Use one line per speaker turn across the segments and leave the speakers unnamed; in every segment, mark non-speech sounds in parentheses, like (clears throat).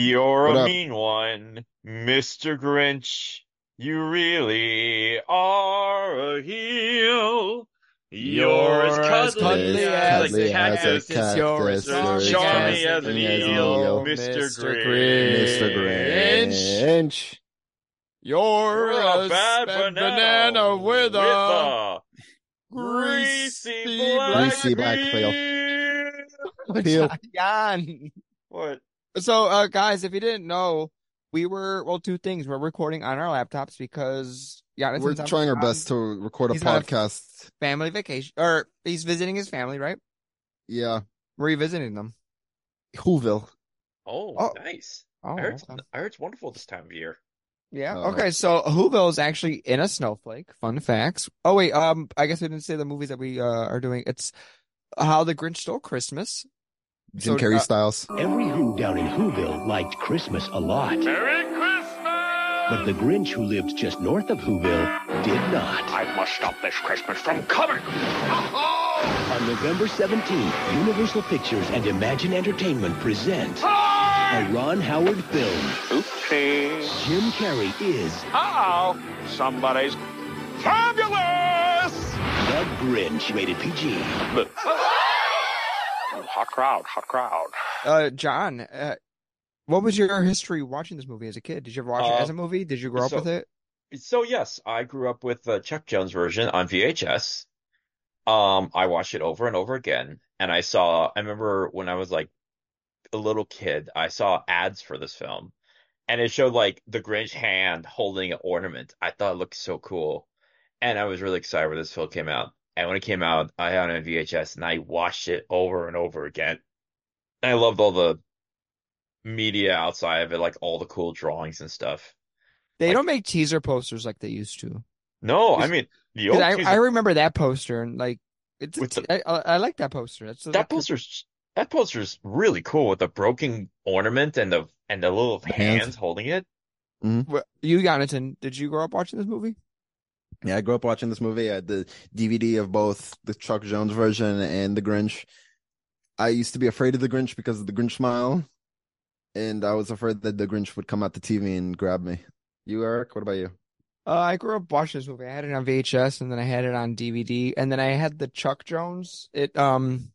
You're
What
a
up?
mean one, Mr. Grinch. You really are a heel. You're as
You're as
cuddly
cuddly
as
As
a
as
cuddly as a
a
cactus,
cactus, you're as
cactus,
as
you're as
charming
charming as
as an
an
charming as an
eel,
eel,
eel,
Mr.
Mr.
Mr.
Grinch.
Grinch.
Grinch.
You're
You're
a
a
bad
spent
banana
banana with
with
a
a greasy black
greasy black
Greasy black veil.
beard.
Heel.
Yan.
What?
So, uh, guys, if you didn't know, we were, well, two things. We're recording on our laptops because Giannis
We're
is on
trying our best to record a
He's on a-
podcast.
family vacation, or he's visiting his family, right?
Yeah.
We're revisiting them.
Whoville.
Oh,
Oh.
nice.
Oh,
I heard, it's,
okay.
I heard it's wonderful this time of year.
Yeah.
Oh.
Okay. So Whoville is actually in a snowflake. Fun facts. Oh wait. Um. I guess we didn't say the movies that we uh, are doing. It's How the Grinch Stole Christmas.
Jim
So,
Carrey
uh,
Styles.
Every who down in Whoville liked Christmas a lot.
Merry Christmas!
But the Grinch who lived just north of Whoville did not.
I must stop this Christmas from coming!
On November 17th, Universal Pictures and Imagine Entertainment present a Ron Howard film.
Oopsie.
Jim Carrey is
Uh-oh! Somebody's fabulous!
the Grinch, rated PG.
Hot crowd, hot crowd.
Uh, John. Uh, what was your history watching this movie as a kid? Did you ever watch
Uh,
it as a movie? Did you grow up
so-
with it?
So yes, I grew up with the Chuck Jones version on VHS. Um, I watched it over and over again, and I saw. I remember when I was like a little kid, I saw ads for this film, and it showed like the Grinch hand holding an ornament. I thought it looked so cool, and I was really excited when this film came out. And when it came out, I had it on VHS, and I watched it over and over again. And I loved all the media outside of it, like all the cool drawings and stuff.
They
like-
don't make teaser posters like they used to.
No, I
Is-
mean the
'Cause
old
I
teaser
I remember that poster and like it's a
With
te- I I- I like that poster. That's
That poster's that poster's really cool with the broken ornament and the and the little
The hands.
hands holding it.
Wh- You, Jonathan, did you grow up watching this movie?
Yeah, I grew up watching this movie. I had the DVD of both the Chuck Jones version and the Grinch. I used to be afraid of the Grinch because of the Grinch smile. And I was afraid that the Grinch would come out the TV and grab me. You, Eric, what about you?
Uh, I grew up watching this movie. I had it on VHS, and then I had it on DVD, and then I had the Chuck Jones. It um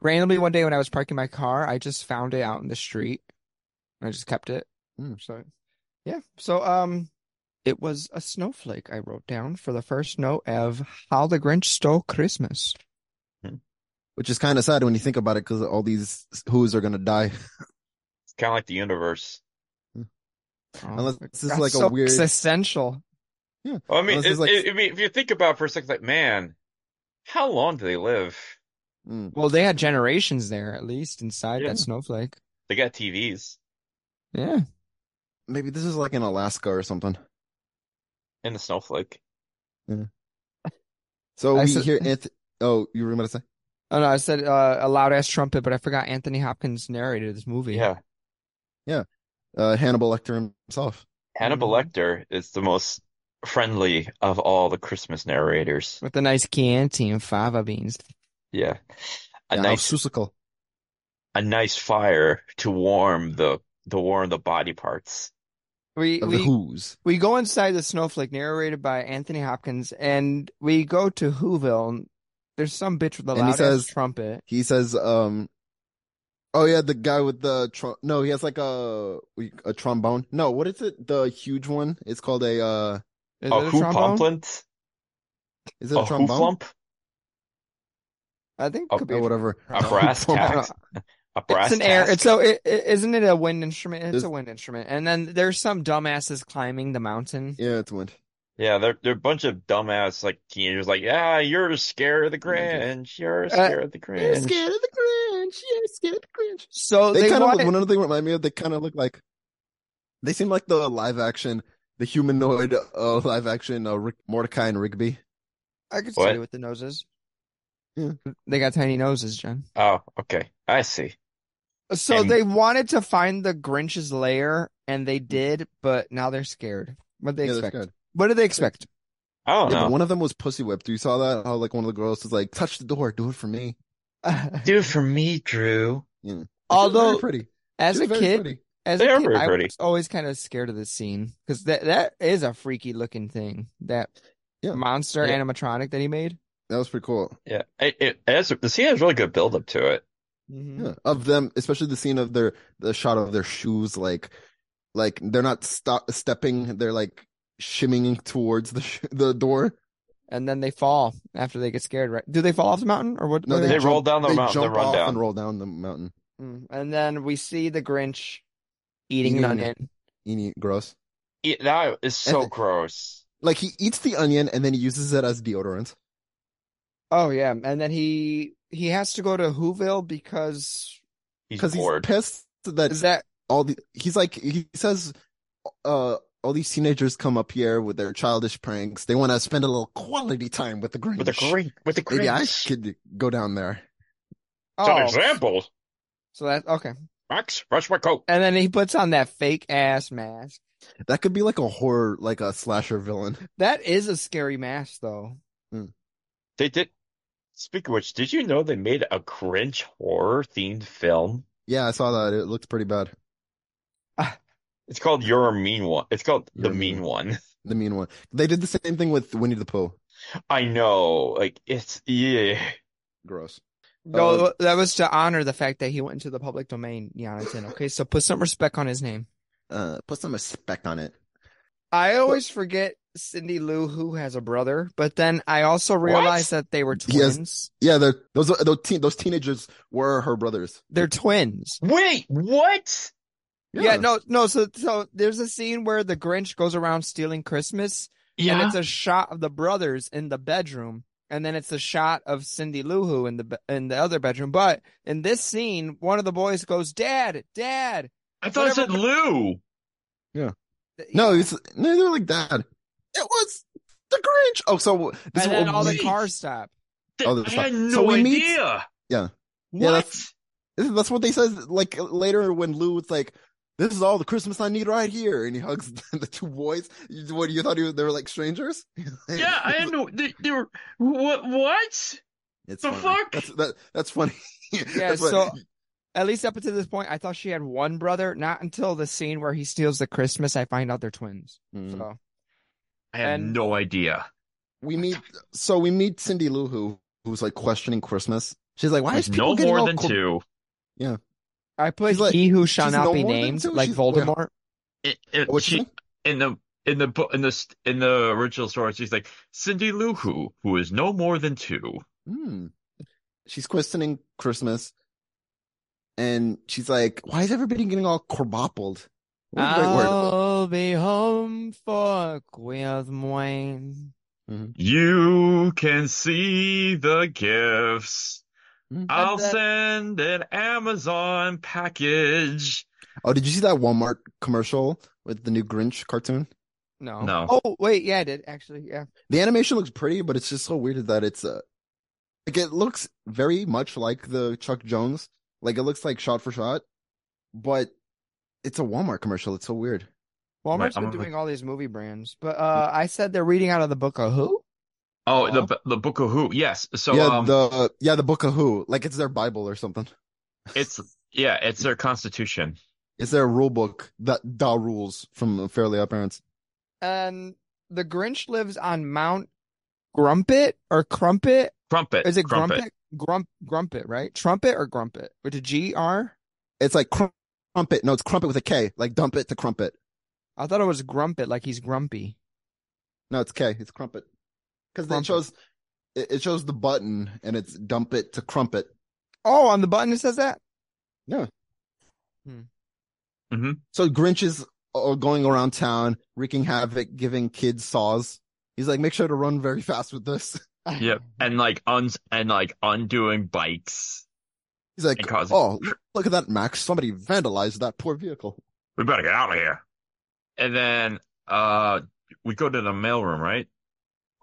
randomly one day when I was parking my car, I just found it out in the street. and I just kept it.
Hmm.
So yeah, so um, it was a snowflake I wrote down for the first note of How the Grinch Stole Christmas.
Which is kind of sad when you think about it because all these who's are going to die.
It's kind of like the universe.
Oh,
Unless
it
this is
got
like a
so
weird-
existential.
Well, I mean,
Well, this
it,
is like-
it- I mean, if you think about it for a second, it's like, man, how long do they live?
Mm.
Well, they had generations there at least inside
Yeah.
that snowflake.
They got TVs
Yeah.
Maybe this is like in Alaska or something.
in the snowflake.
So
I
we
said-
hear Anth- Oh, you were going to say?
Oh no, I said uh, a loud ass trumpet, but I forgot Anthony Hopkins narrated this movie.
Yeah,
Uh, Hannibal Lecter himself.
Hannibal
Mhm.
Lecter is the most friendly of all the Christmas narrators.
With a nice Chianti and fava beans.
Yeah, a
Yeah,
nice
Susical.
a nice fire to warm the to warm the body parts.
We
Of the
we
Who's.
we go inside the snowflake narrated by Anthony Hopkins and we go to Whoville. and There's some bitch with a
And he
loud ass
says-
trumpet.
He says, um, oh yeah, the guy with the tr- no, he has like a a trombone. No, what is it? The huge one. It's called a uh,
Is
A
it a
who
trombone?
pumplint?
is it
A
a
who
trombone?
flump?
I think it
A-
could be
Or whatever.
I
A
don't
brass
know.
tack? A brass
(laughs) It's an air.
tack?
It's so. It, it, isn't it a wind instrument? It's
There's-
a wind instrument. And then there's some dumbasses climbing the mountain.
Yeah, it's wind.
Yeah, they're they're a bunch of dumbass like teenagers. Like, yeah, you're scared of the Grinch. You're scared of the Grinch.
of the Grinch. You're scared of the Grinch.
So
They,
they,
kind of
wanted-
look, one other thing remind me of. They kind of look like they seem like the live action, the humanoid uh, (laughs) live action uh, Rick, Mordecai and Rigby.
I could
What?
see with the noses.
Yeah.
(laughs) They got tiny noses, Jen.
Oh, okay, I see.
So
And- Mm.
they wanted to find the Grinch's lair, and they did, but now they're scared. What they
Yeah, that's
expect?
good.
What do they (laughs) expect?
I don't
Yeah, but
know.
one of them was pussy whipped. You saw that? How like one of the girls was like, "Touch the door, do it for me."
Do it for me, Drew.
She was very
Although,
pretty.
as
She
a
was very
kid,
pretty.
As
They
a
are
kid,
very
I
pretty.
was always kind of scared of this scene because that that is a freaky looking thing. That
Yeah.
monster
Yeah.
animatronic that he made.
That was pretty cool.
Yeah, it, it, it has the scene has really good build up to it.
Mm-hmm.
Mm-hmm.
Yeah. Of them, especially the scene of their the shot of their shoes, like like they're not stop stepping, they're like shimmying towards the sh- the door.
And then they fall after they get scared. Right? Do they fall off the mountain or what?
No,
what do
They,
they
roll down the
they
mountain, they
jump
run
off
down.
and roll down the mountain.
Mm. And then we see the Grinch eating
Eating
an onion.
Eeny, gross.
It- E, that is so
And-
gross.
Like he eats the onion and then he uses it as deodorant.
Oh yeah, and then he he has to go to Whoville because
He's
because he's
bored.
pissed that
is that
all the he's like he says uh all these teenagers come up here with their childish pranks they want to spend a little quality time with the Grinch
with the green, with the green.
maybe I could go down there
It's an
oh
example.
so that okay.
Max, brush my coat.
And then he puts on that fake ass mask.
that could be like a horror like a slasher villain
That is a scary mask though.
They did. Speaking of which, did you know they made a Grinch horror themed film?
yeah I saw that it looked pretty bad
It's called You're a Mean One. It's called
You're
The
a Mean
Mean One. (laughs)
the mean one they did the same thing with Winnie the Pooh
I know. Like it's yeah.
gross
No,
Uh,
that was to honor the fact that he went into the public domain, Jonathan. Okay, so put some respect on his name.
uh put some respect on it
I always forget Cindy Lou Who has a brother, but then I also realized that they were
He has-
twins.
yeah they're- those are- those teen, those teenagers were her brothers
They're twins.
Wait, what?
Yeah. no, no. So, so there's a scene where the Grinch goes around stealing Christmas, and it's a shot of the brothers in the bedroom, and then it's a shot of Cindy Lou Who in the be- in the other bedroom. But in this scene, one of the boys goes, "Dad, Dad."
I
thought it said
Lou.
no it's no they're like that it was the Grinch oh so this
and
is
then all the
wait.
cars stop.
Oh, that's I had fine. So no we meet- Yeah. Yeah, that's- This- That's what they says. Like later when Lou was like, "This is all the Christmas I need right here," and he hugs (laughs) the, two boys. You, what you thought he was, they were like strangers? (laughs)
no. They, they were what? What?
It's
The
funny.
fuck?
That's that, that's funny. (laughs)
Yeah,
(laughs) That's funny.
so- At least up until this point, I thought she had one brother. Not until the scene where he steals the Christmas, I find out they're twins.
Hmm.
Mm.
So
I
had And-
no idea.
we meet. So we meet Cindy Lou who who's like questioning Christmas. She's like, "Why is people getting all co-
two.
I put
She's like-
he who shall
she's
not
no
be
more than
named,
two?
like
She's- wait,
Voldemort.
It, it,
What'd you
she,
say?
in the in the bo- in the st- in the original story, she's like Cindy Lou Who, who is no more than two.
Hmm. She's questioning Christmas, and she's like, "Why is everybody getting all corboppled?" What a great word.
I'll be home for Christmas.
You can see the gifts.
Mhm.
I'll
And the-
send an Amazon package.
Oh, did you see that Walmart commercial with the new Grinch cartoon?
No.
No.
Oh wait, yeah, I did actually. Yeah.
The animation looks pretty, but it's just so weird that it's uh, like it looks very much like the Chuck Jones. Like it looks like shot for shot, but it's a Walmart commercial. It's so weird.
Walmart's
I'm
been
gonna-
doing all these movie brands, but uh, I said they're reading out of the book of who?
Oh, the the Book of Who. Yes. So
yeah,
um,
the yeah the Book of Who. Like it's their Bible or something.
it's yeah, it's their constitution.
It's their rule book that da rules from Fairly Odd Parents.
And the Grinch lives on Mount Grumpet or Crumpet.
Crumpet.
Is it
Crumpet.
Grumpet? Grump Grumpet, right? Trumpet or Grumpet? With a G R?
It's like crumpet. No, it's crumpet with a K. Like dump it to crumpet.
I thought it was Grumpet, like he's grumpy.
No, it's K. It's crumpet. Because it
Crumpet.
shows it, it shows the button and it's dump it to crumpet.
Oh, on the button it says that?
So Grinch is uh, going around town, wreaking havoc, giving kids saws. He's like, make sure to run very fast with this. (laughs)
Yep. And like uns and like undoing bikes.
He's like,
And cause-
oh, look at that, Max. Somebody vandalized that poor vehicle.
We better get out of here. And then uh we go to the mailroom, right?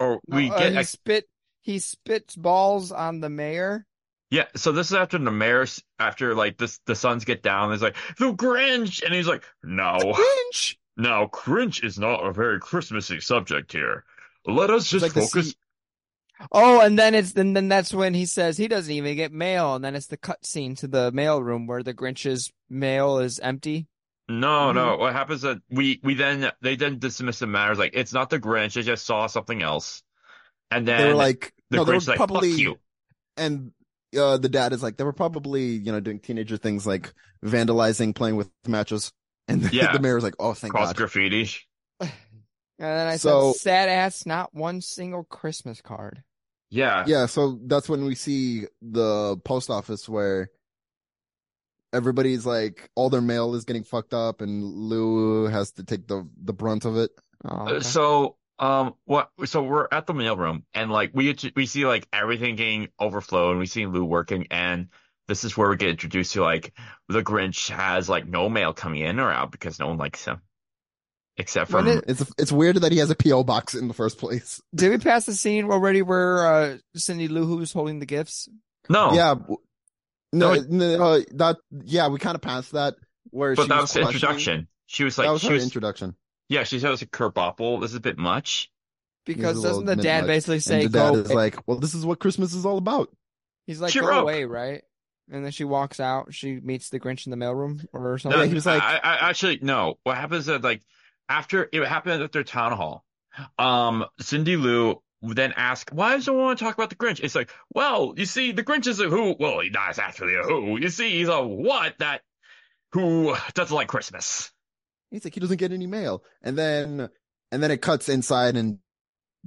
Or
No,
we
uh,
get
he
a-
spit he spits balls on the mayor.
Yeah, so this is after the mayor's after like this the sons get down, there's like the Grinch and he's like, No,
Grinch!
now Grinch is not a very Christmassy subject here. Let us
It's
just
like the
focus
scene-
Oh, and then it's and then that's when he says he doesn't even get mail, and then it's the cutscene to the mail room where the Grinch's mail is empty.
No,
Mm-hmm.
no. What happens is we we then they then dismiss the matter as like it's not the Grinch. They just saw something else, and
they were
then
like,
the
no, they were
Grinch like fuck
probably,
you.
and uh, the dad is like, they were probably, you know, doing teenager things like vandalizing, playing with matches, and (laughs) the,
Yeah.
the mayor's like, oh, thank
Cross
God.
graffiti.
And then I
So-
said, sad ass, not one single Christmas card.
Yeah.
yeah, so that's when we see the post office where everybody's like, all their mail is getting fucked up, and Lou has to take the the brunt of it.
Oh,
Uh,
okay.
So um what so we're at the mailroom and like we we see like everything getting overflow and we see Lou working and this is where we get introduced to like the Grinch has like no mail coming in or out because no one likes him except
When
from
it-
It's it's weird that he has a PO box in the first place.
Did we pass the scene already where uh, Cindy Lou Who's holding the gifts?
no
Yeah. w- No,
Oh. No,
no, uh, that yeah, we kind of passed that where
but
she
that was
was
the
questioning-
introduction she was
that
like
was
she
her
was
introduction.
yeah she said it was a kerboppel this is a bit much
Because
a
doesn't the
little
dad
midnight.
basically say,
and the dad
go
is like, "Well, this is what Christmas is all about."
He's like,
She
go
wrote.
away, right? And then she walks out. She meets the Grinch in the mailroom or
No,
something. (laughs)
he was like-
I, I actually no. What happens is like after it happened at their town hall, um, Cindy Lou then asked, "Why does everyone want to talk about the Grinch?" It's like, well, you see, the Grinch is a who. Well, he's not actually a who. You see, he's a what that who doesn't like Christmas.
He's like, he doesn't get any mail, and then and then it cuts inside, and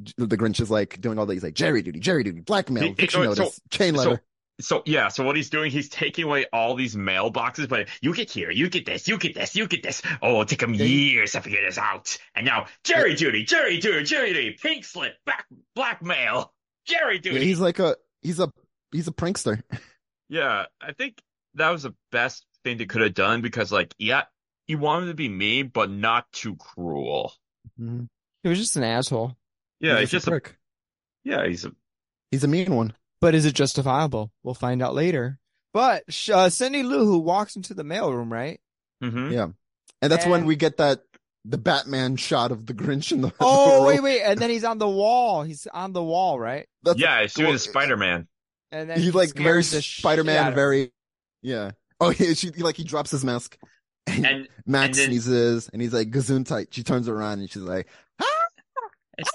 J- the Grinch is like doing all that. He's like, "Jerry duty, Jerry duty, blackmail,
He-
eviction
he- so-
notice, chain
so-
letter."
So yeah, so what he's doing, he's taking away all these mailboxes, but you get here, you get this, you get this, you get this. Oh, it'll take him
Yeah, he-
years to figure this out. And now Jerry Duty, Jerry Duty, Jerry Duty, pink slip, back blackmail, Jerry
Yeah,
Duty.
he's like a he's a he's a prankster.
Yeah, I think that was the best thing they could have done because, like, yeah, you want him to be mean, but not too cruel.
He was just an asshole.
Yeah,
he's
he's just a,
prick.
yeah, he's a,
He's a mean one.
But is it justifiable? We'll find out later. But sh- uh, Cindy Lou Who walks into the mailroom, right?
hmm
And that's when
And-
we get that the Batman shot of the Grinch in (laughs) the (laughs)
Oh, wait,
room.
wait. And then he's on the wall. He's on the wall, right?
That's-
Yeah, he's doing
well,
his Spider-Man.
And then
He's like
scares
very
the shit out
Spider-Man,
of-
very yeah. Oh, (laughs) yeah, she like he drops his mask. (laughs)
And
Max
and then-
sneezes and he's like Gesundheit. She turns around and she's like,
Ah!
And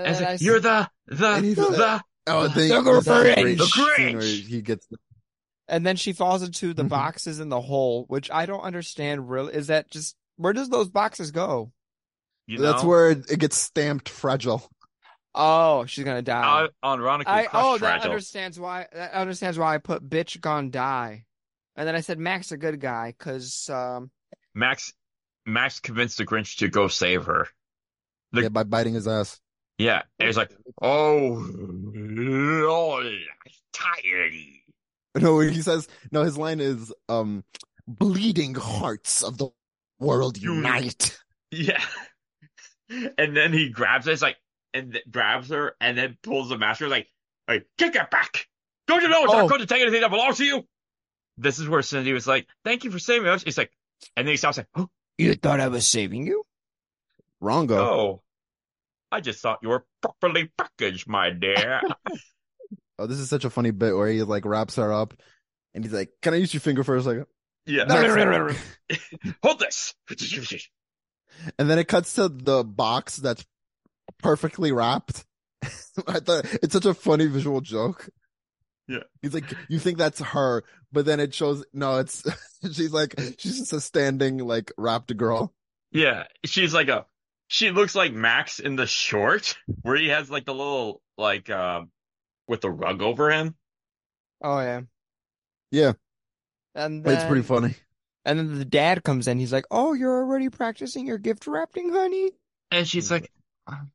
and it's
then
like,
I s-
you're the, the,
And he's
the,
like- "Oh,
(gasps)
The
they,
Grinch!
The Grinch!
he gets
and then she falls into the
Mhm.
boxes in the hole, which I don't understand. Really, is that just where does those boxes go?
you
that's
know,
where it gets stamped fragile.
Oh, she's gonna die.
I, ironically,
I
crushed
oh that
Fragile.
understands why that understands why I put bitch gone die, and then I said Mac's a good guy because um
Max, Max convinced the Grinch to go save her. The-
yeah, by biting his ass. (laughs)
Yeah, and he's like, oh, Lord, I'm tired.
No, he says no. His line is, um, "Bleeding hearts of the world unite."
Yeah. (laughs) And then he grabs her, it's like, and th- grabs her, and then pulls the mask. Like, hey, kick it back. Don't you know it's
Oh.
not going to take anything that belongs to you? This is where Cindy was like, thank you for saving us. He's like, and then he stops like, oh,
you thought I was saving you.
Wrongo.
no. "Oh, I just thought you were properly packaged, my dear.
Oh, this is such a funny bit where he like wraps her up, and he's like, "Can I use your finger for a second?
(laughs) yeah.
Max-
(laughs) Hold this.
And then it cuts to the box that's perfectly wrapped. (laughs) I thought it's such a funny visual joke.
Yeah.
He's like, you think that's her, but then it shows no, it's (laughs) she's like she's just a standing like wrapped girl.
Yeah, she's like a she looks like Max in the short where he has like the little like um with the rug over him.
Oh yeah,
Yeah.
And
it's
then-
pretty funny.
And then the dad comes in. He's like, "Oh, you're already practicing your gift wrapping, honey."
And she's like, um,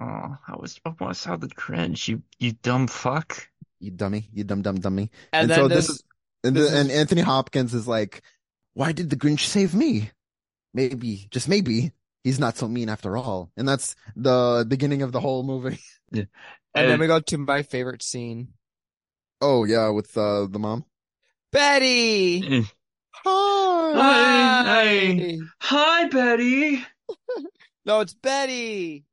"Oh, I was I want to sound the cringe, you you dumb fuck."
You dummy, you dumb dumb dummy. And
And, then
so
this,
this is- And
This
the,
is-
and Anthony Hopkins is like, why did the Grinch save me? Maybe, just maybe, he's not so mean after all. And that's the beginning of the whole movie. (laughs)
and then we go to my favorite scene.
Oh yeah, with uh, the mom.
Betty.
Mm. Hi.
Hi.
Hi, Betty.
No, it's Betty.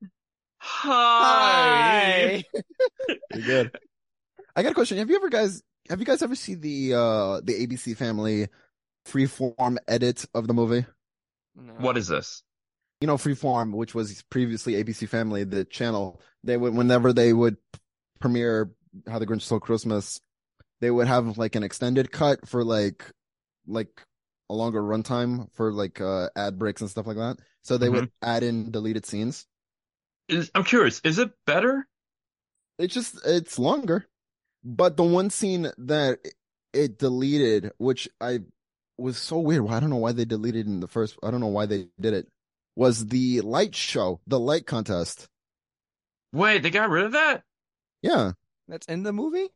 Hi.
Pretty good. I got a question. Have you ever guys have you guys ever seen the uh the ABC Family freeform edit of the movie.
No.
What is this?
You know, Freeform, which was previously ABC Family, the channel. They would whenever they would premiere How the Grinch Stole Christmas, they would have like an extended cut for like like a longer runtime for like uh ad breaks and stuff like that. So they would add in deleted scenes.
Is, I'm curious. Is it better?
It's just it's longer. But the one scene that it deleted, which I was so weird. Well, I don't know why they deleted it in the first. I don't know why they did it. Was the light show, the light contest?
Wait, they got rid of that?
Yeah,
That's in the movie?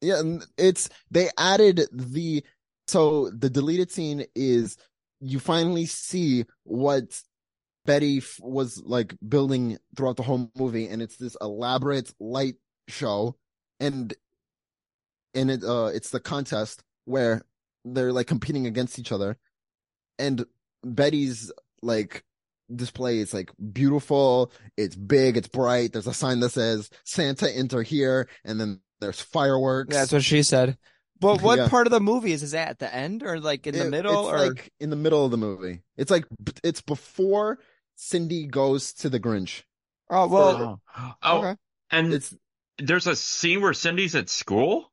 yeah. and It's they added the so the deleted scene is you finally see what Betty f- was like building throughout the whole movie, and it's this elaborate light show, and and it uh it's the contest where they're like competing against each other, and Betty's like display is like beautiful, it's big, it's bright. There's a sign that says Santa enter here, and then there's fireworks.
That's what she said.
(laughs)
But what
Yeah.
part of the movie is is that at the end or like in the
It-
middle
it's
or
like in the middle of the movie it's like b- it's before cindy goes to the grinch
oh well
oh, Oh,
okay. Mm.
and
it's
there's a scene where Cindy's at school.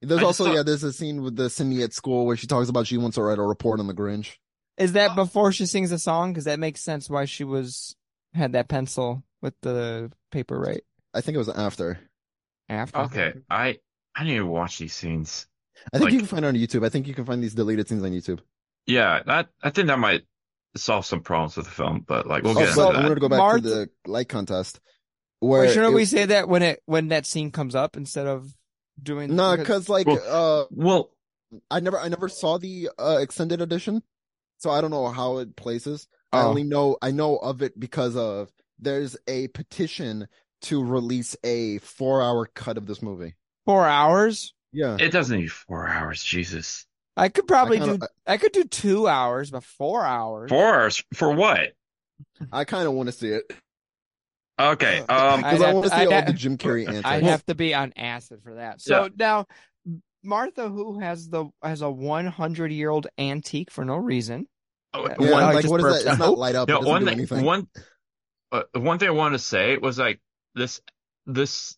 there's
I just
also
thought-
yeah there's a scene with the cindy at school where she talks about she wants to write a report on the grinch
is
Oh.
that before she sings the song? Because that makes sense why she was had that pencil with the paper right
i think it was after
after.
Okay, I I need to watch these scenes.
i think you
Like-
can find it on youtube i think you can find these deleted scenes on youtube
Yeah, that I think that might solve some problems with the film, but like we'll
oh,
get
but
into
we're
that.
gonna go back
Martha-
to the light contest
Wait,
where
shouldn't
it-
we say that when it when that scene comes up instead of doing
no because like uh
Well,
i never i never saw the uh extended edition so i don't know how it places I
oh,
only know I know of it because of there's a petition to release a four hour cut of this movie.
four hours.
Yeah.
it doesn't need four hours. Jesus,
I could probably
kinda-
do I could do two hours, but four hours.
four hours for what?
I kind of want to see it
Okay,
(laughs)
um,
I-
because
I'd
I,
have
want to
to-
see
I'd
all
have-
the Jim Carrey antics.
I have to be on acid for that. So now Martha who has the has a 100 year old antique for no reason.
one
yeah,
I
like
just
what is
burped
that? It's
out.
not light
(laughs)
up.
Yeah,
it doesn't
one
do
thing,
anything.
one, uh, one thing I want to say was like this, this,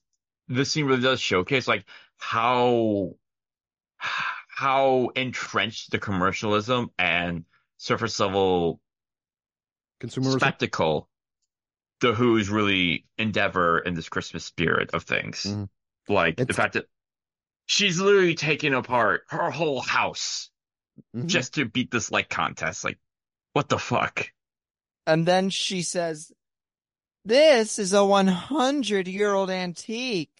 this scene really does showcase like how, (sighs) how entrenched the commercialism and surface level
Consumer
spectacle the Who's really endeavor in this Christmas spirit of things.
Mhm.
Like the
It's-
fact that she's literally taking apart her whole house
Mhm.
just to beat this like contest. Like, what the fuck?
And then she says, This is a 100 year old antique.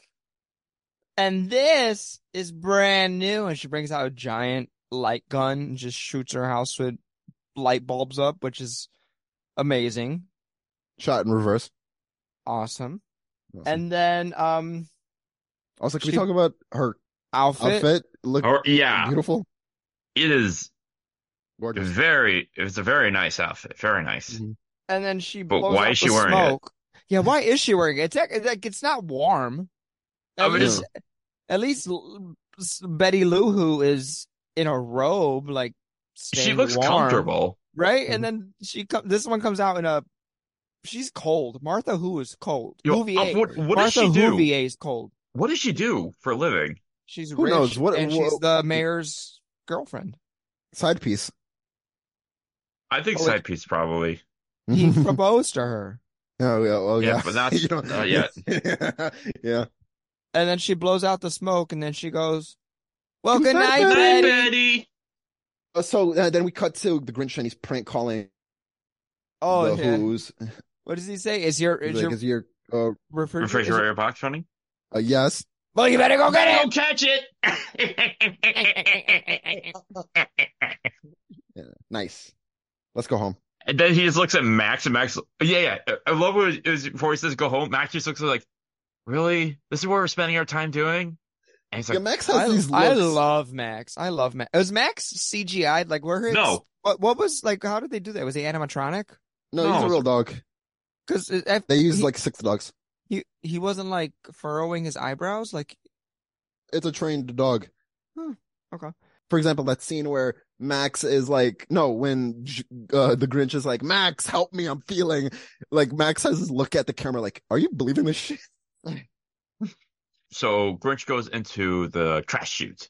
And this is brand new. And she brings out a giant light gun and just shoots her house with light bulbs up, which is amazing.
shot in reverse.
Awesome. And then, um,
also, can
she-
we talk about her
outfit.
outfit? Look
Or Oh, yeah,
beautiful,
it is
gorgeous.
very. It's a very nice outfit. Very nice.
And then she
But
blows
why
out
is she
the
wearing it?
smoke. Yeah, why is she wearing it? It's ac- like it's not warm.
I
At
mean,
least, at least L- S- Betty Lou Who is in a robe, like
She
staying
looks
warm,
comfortable.
right? And
Mm-hmm.
then she come. This one comes out in a. She's cold. Martha Who is cold.
Yo,
Huvier.
uh, what what does
Martha
she do?
Huvier is cold.
What does she do for a living?
She's
Who
rich,
knows? What-
and
what-
she's the mayor's
(laughs)
girlfriend.
Side piece.
I think
Oh,
side piece probably.
He proposed to her,
Mm-hmm. (laughs) oh yeah. Oh
Yeah,
yeah.
but that's-
(laughs) You don't-
not yet.
yeah.
and then she blows out the smoke, and then she goes, "Well, good
Goodbye,
night,
Betty."
Hi,
Betty."
Betty.
Uh, So uh, then we cut to the Grinch and he's prank calling
Oh,
the
yeah.
Who's.
What does he say? Is your
He's
is
like,
your
is your uh,
refrigerator? is your-
Refrigerator box running.
uh, yes?
well, you better go
(laughs)
get
Go catch it.
Nice. Let's go home.
(laughs) and then he just looks at Max, and Max, yeah, yeah. I love what it was before he says go home. Max just looks like, really? This is what we're spending our time doing? And he's
yeah,
like,
Max
it.
has these
I,
looks.
I love Max. I love Max. Was Max CGI'd? Like, were his
no,
What what was like? How did they do that? Was he animatronic?
no, he's
No.
a real dog.
Because
They use
he,
like six dogs.
he he wasn't like furrowing his eyebrows. Like,
It's a trained dog.
Hmm, okay.
For example, that scene where Max is like, no, when J- uh, the Grinch is like, Max, help me, I'm feeling like Max has his look at the camera, like, are you believing this shit?
So Grinch goes into the trash chute.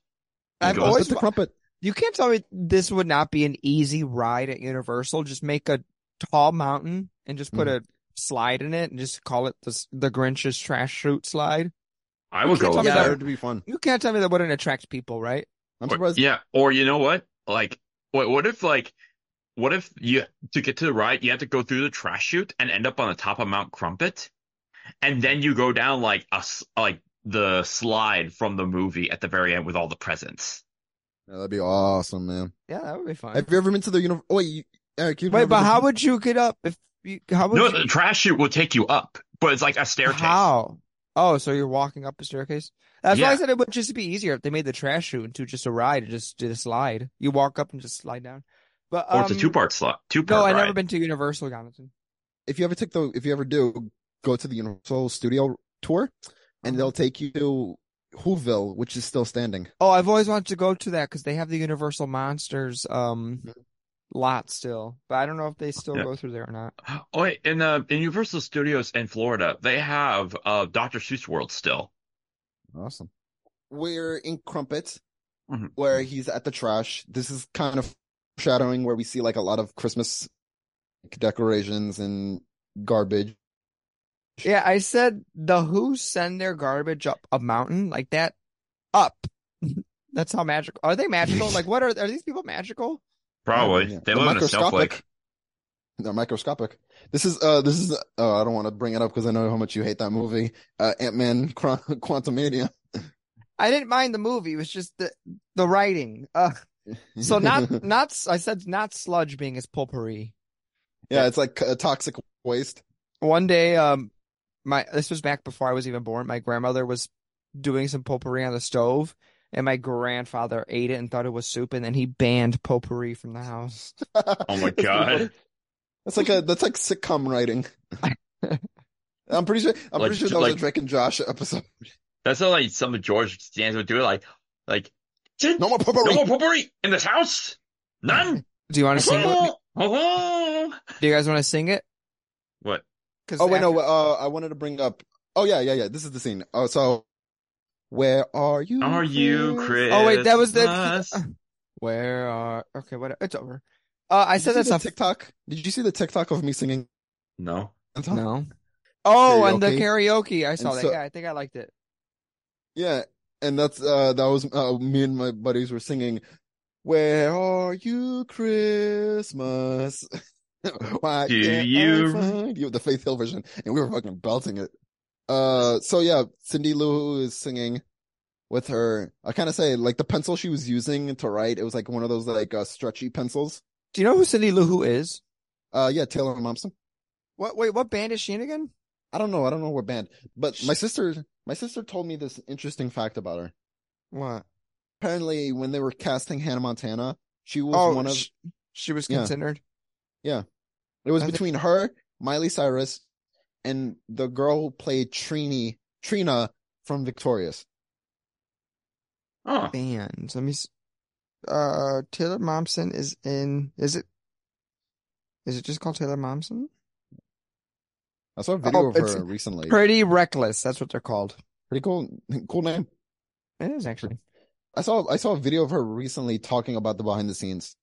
He
I've
goes-
always
Put the
wa-
crumpet.
You can't tell me this would not be an easy ride at Universal. Just make a tall mountain and just put a slide in it and just call it the s- the Grinch's trash chute slide.
I would go
Can't tell
with
me
Yeah, that
that.
would be fun.
You can't tell me that wouldn't attract people, right?
I'm
Or-
surprised.
yeah, or you know what? Like, what what if like, what if you to get to the ride you have to go through the trash chute and end up on the top of Mount Crumpet, and then you go down like a s- like the slide from the movie at the very end with all the presents.
Yeah, that'd be awesome, man.
Yeah, that would be fun.
Have you ever been to the universe? Wait, you, Eric, you
Wait, but how would you get up if you? How would
No,
you?
the trash chute will take you up, but it's like a staircase.
How? Oh, so you're walking up a staircase? That's why I
Yeah.
said it would just be easier if they made the trash chute into just a ride and just did a slide. You walk up and just slide down. But
Or it's a
um,
two part slot. Two part
No,
ride.
I've never been to Universal, Jonathan.
if you ever take the if you ever do go to the Universal Studio tour, and
Uh-huh.
they'll take you to Whoville, which is still standing.
Oh, I've always wanted to go to that because they have the Universal Monsters um lot still, but I don't know if they still
Yeah.
go through there or not.
Oh, wait, in uh, in Universal Studios in Florida, they have uh Dr. Seuss World still.
Awesome. We're in Crumpet,
Mhm.
where he's at the trash. This is kind of shadowing where we see like a lot of Christmas decorations and garbage.
Yeah, I said the Who send their garbage up a mountain like that, up. (laughs) That's how magical. Are they magical? Like, what are are these people magical?
Probably.
Oh, Yeah.
They
They're
live in a stealth lake.
microscopic. They're microscopic. This is uh this is uh I don't want to bring it up because I know how much you hate that movie. Uh Ant-Man Quantum Mania.
I didn't mind the movie. It was just the the writing. Uh,
(laughs)
so not not I said not sludge being as potpourri.
yeah, it's like a toxic waste.
one day um my this was back before I was even born. My grandmother was doing some potpourri on the stove and my grandfather ate it and thought it was soup and then he banned potpourri from the house.
(laughs)
(laughs)
Oh
(laughs)
my god.
That's like a that's like sitcom
(laughs)
writing. I'm pretty sure I'm
Like-
pretty sure that was a
like-
Drake and Josh episode.
That's not like some of George Stanza would do like like
No
no
more potpourri.
more potpourri in this house. None.
Do you want to sing it?
(laughs)
with me? Do you guys want to sing it?
What?
'Cause
Oh wait,
after-
no. Uh, I wanted to bring up. Oh yeah, yeah, yeah. This is the scene. Oh, so where are you?
Are you Chris?
Oh wait, that was the
Christmas?
(laughs) Where are Okay, what it's over. Uh
Did
I
you
said
see
that's
the
not (laughs)
TikTok. Did you see the TikTok of me singing?
No.
No. Oh, and the karaoke. I saw
And
that.
so-
yeah, I think I liked it.
Yeah, and that's uh that was uh, me and my buddies were singing. Where are you, Christmas? (laughs) Why
Do
can't I
you-
find you? The Faith Hill version, and we were fucking belting it. Uh, so yeah, Cindy Lou Who is singing with her. I kind of say like the pencil she was using to write. It was like one of those like uh, stretchy pencils.
Do you know who Cindy Lou Who is?
Uh, yeah, Taylor Momsen.
What wait, what band is she in again?
I don't know. I don't know what band, but my sister, my sister told me this interesting fact about her.
What?
Apparently, when they were casting Hannah Montana, she was
Oh,
one of.
sh- she was
Yeah.
considered.
It was
I think-
between her, Miley Cyrus, and the girl who played Trini, Trina from Victorious.
Oh.
bands. Let me. s- Uh, Taylor Momsen is in. Is it? Is it just called Taylor Momsen?
I saw a video
Oh,
of her
it's-
recently.
Pretty reckless. That's what they're called.
Pretty cool, cool name.
It is actually.
I saw I saw a video of her recently talking about the behind the scenes.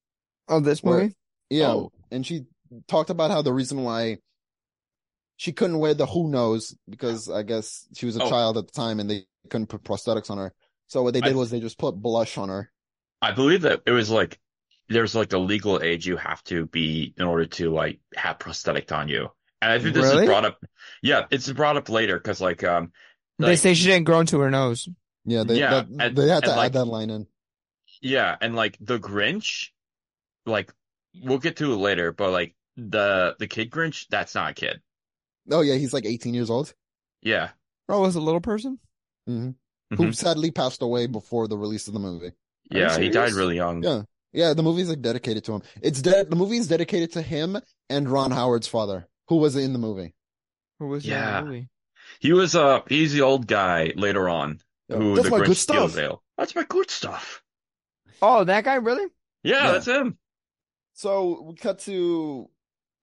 Oh, this
Where-
movie.
Yeah,
Oh.
and she talked about how the reason why she couldn't wear the Who knows because I guess she was a
Oh.
child at the time and they couldn't put prosthetics on her. So what they
I-
did was they just put blush on her.
I believe that it was like there's like a legal age you have to be in order to like have prosthetic on you. And I think this
Really?
is brought up yeah, it's brought up later because like um
they
like-
say she didn't grow into her nose.
Yeah, they
Yeah,
that,
and-
they
and
had to add
like-
that line in.
Yeah, and like the Grinch, like we'll get to it later, but like the the kid Grinch, that's not a kid.
Oh yeah, he's like 18 years old.
Yeah.
Oh, was a little person.
who
Mhm.
sadly passed away before the release of the movie.
you
Yeah, he died
serious?
really young.
Yeah. Yeah, the movie's like dedicated to him. It's de- the movie's dedicated to him and Ron Howard's father, who was in the movie.
Who was in that
Yeah.
movie?
He was uh he's the old guy later on
Yeah.
who
That's
the
my
Grinch
good
steals
stuff.
ale. That's my good stuff.
Oh, that guy really?
Yeah,
Yeah.
that's him.
So we cut to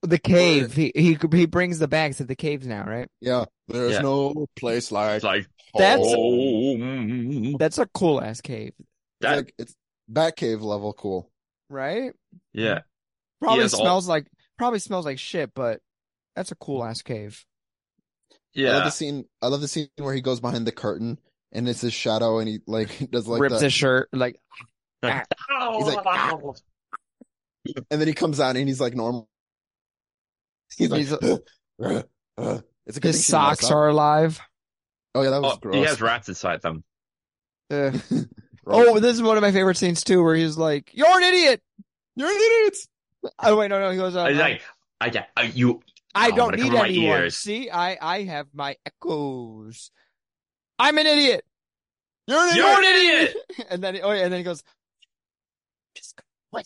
The cave. He he he brings the bags to the caves now, right?
yeah. There's
Yeah.
no place like
It's like oh, mm.
That's-
home.
home.
That's a cool ass cave,
It's
That-
like it's Batcave level cool.
right?
yeah.
Probably
has all-
smells like probably smells like shit, but that's a cool ass cave.
I love
Yeah.
the scene. I love the scene where he goes behind the curtain and it's his shadow, and he like (laughs) does like
Rips
the,
his shirt like
Like,
He's like, "Ah." and then he comes out and he's like normal. He's like,
He's-
"Ugh, ugh." it's a good thing
his
she knows
socks
that.
are alive.
Oh yeah, that was
oh,
gross.
he
(laughs)
has rats inside them.
Ugh.
Gross.
Oh, this is one of my favorite scenes too, where he's like, "You're an idiot."
you're an idiot.
Oh wait, no, no. He goes, uh,
Uh-huh.
He's
uh,
like, I got I, you.
"I
I'm
don't
gonna
need
cover my
anyone.
ears.
See, I I have my echoes. I'm an idiot.
You're an
You're
idiot.
an idiot.
(laughs) and then oh yeah, and then he goes, "Just go away,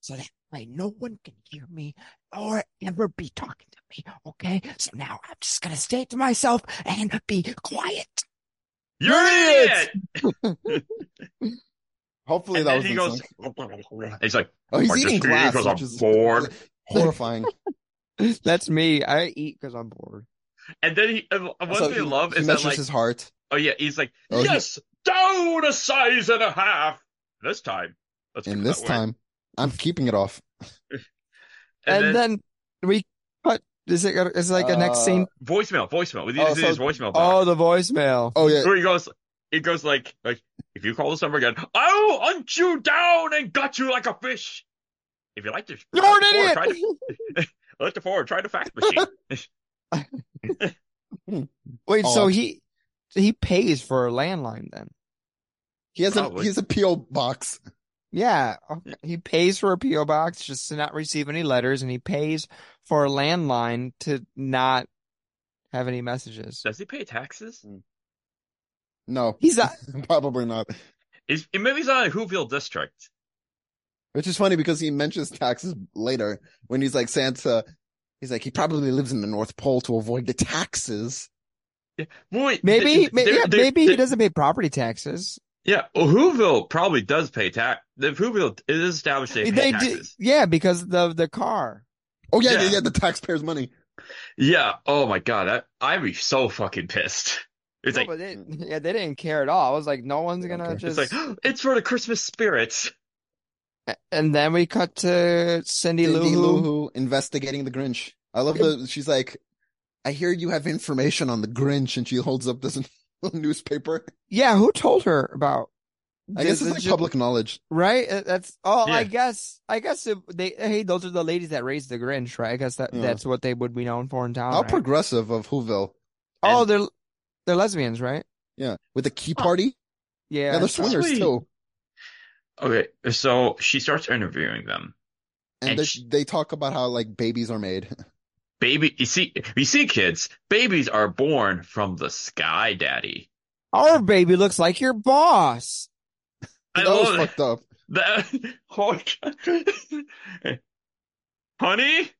so that way no one can hear me or ever be talking to me. Okay, so now I'm just gonna stay to myself and be quiet."
You're an idiot.
Hopefully
And
that
then
was
he
in
goes. (laughs)
sync.
and he's like,
Oh, he's
"I just
eating
eat
glass,
'cause
which
I'm
is
bored.
(laughs) horrifying.
That's me. I eat because I'm bored.
And then he, and one
So
thing I
he-
love
he
is that
measures
like,
his heart.
oh yeah, he's like,
Oh, he-
yes, down a size and a half this time. Let's keep
And
it
this
that way.
time, I'm keeping it off.
and, then,
we cut. Is it? Is it like a next
Uh,
scene?
voicemail, voicemail. We need
Oh,
to see
so-
his voicemail. Back.
Oh, the voicemail.
Oh yeah,
where he goes, it goes like, like if you call this number again, I'll hunt you down and gut you like a fish. If you like this,
You're an
forward,
idiot.
Try
(laughs)
to, (laughs) look the forward, try the fax machine.
Wait,
Oh.
so he he pays for a landline then?
he has a
probably.
he has a PO box.
Yeah, okay. he pays for a PO box just to not receive any letters, and he pays for a landline to not have any messages.
Does he pay taxes?
No, (laughs)
(laughs)
He's not.
probably not.
Is maybe he's not in Whoville district.
Which is funny because he mentions taxes later when he's like Santa. He's like he probably lives in the North Pole to avoid the taxes.
Wait,
Maybe, may-
there-
yeah,
there-
maybe he
there-
doesn't pay property taxes.
Yeah, well, Whoville probably does pay tax. The Whoville it is established they pay
They do,
taxes.
yeah, because of the the car.
Oh yeah, yeah,
Yeah.
yeah, the taxpayers' money.
Yeah. Oh my god, that, I'd be so fucking pissed. It's
No,
like
but they, yeah, they didn't care at all. I was like, no one's
They don't
gonna
care.
it's
just.
like (gasps) it's for the Christmas spirits.
and then we cut to Cindy Lou
Cindy Lou
Who.
Who investigating the Grinch. I love the. She's like, I hear you have information on the Grinch, and she holds up this (laughs) newspaper.
Yeah, who told her about?
I guess
this-
it's like
this-
public knowledge.
right? Uh, That's oh, I
Yeah.
guess I guess if they hey, those are the ladies that raised the Grinch, right? I guess that
Yeah.
that's what they would be known for in town.
How
right?
progressive of Whoville.
oh, they're they're lesbians, right?
Yeah, with the key party.
Yeah,
Yeah, they're
that's-
swingers
sweet.
too,
Okay, so she starts interviewing them.
and
And
they,
sh-
they talk about how like babies are made. (laughs)
Baby, you see, you see, kids, babies are born from the sky, daddy.
our baby looks like your boss.
I
that
love
was fucked up. (laughs)
(laughs) that. Oh, God. (laughs) Honey,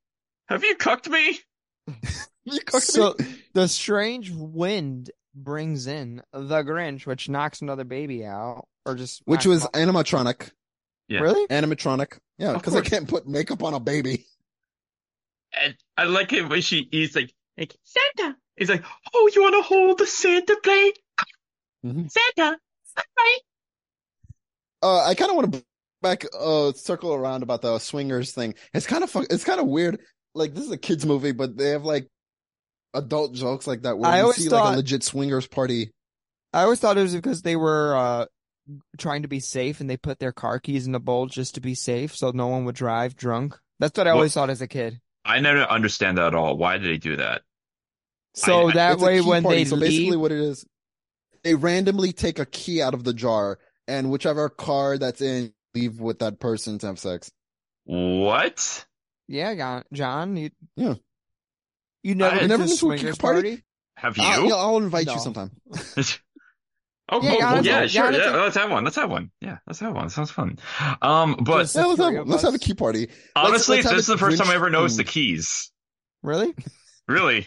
have you cucked me?
You cooked
So-
me. (laughs)
The strange wind brings in the Grinch, which knocks another baby out, or just
which
knocks
was
him out.
animatronic.
Yeah.
really
Animatronic. Yeah,
Of
because I
course.
can't put makeup on a baby.
And I like it when she he's like, like Santa. He's like, oh, you want to hold the Santa plate? Mm-hmm.
Mhm.
Santa, right?
Uh, I kind of want to back uh circle around about the swingers thing. It's kind of fun. It's kind of weird. Like this is a kids movie, but they have like adult jokes like that where
I
you
always
see like
thought-
a legit swingers party.
I always thought it was because they were uh, trying to be safe and they put their car keys in the bowl just to be safe, so no one would drive drunk. That's what I
What-
always thought as a kid.
I never understand that at all. Why did he do that?
So
I-
that
It's a
way,
key
when
party.
they
so
leave,
basically what it is, they randomly take a key out of the jar and whichever car that's in leave with that person to have sex.
What?
yeah, Gon- John, you,
Yeah.
you never
I-
been
Never been
to
to
a
a
swingers
kids'
party?
party?
Have
I'll, you
Uh, you?
know, I'll invite you
No.
sometime.
Oh,
Yeah,
oh,
yeah,
oh,
let's-
yeah,
yeah,
sure.
let's-
Yeah, let's have one. Let's have one. Yeah, let's have one. Sounds fun. Um, but
Just-
Yeah,
The
let's
three
have
of
let's have a
us.
key party.
honestly,
let's have
this
a
is the first time I
Grinch
ever noticed the
themed.
keys.
Really?
Really?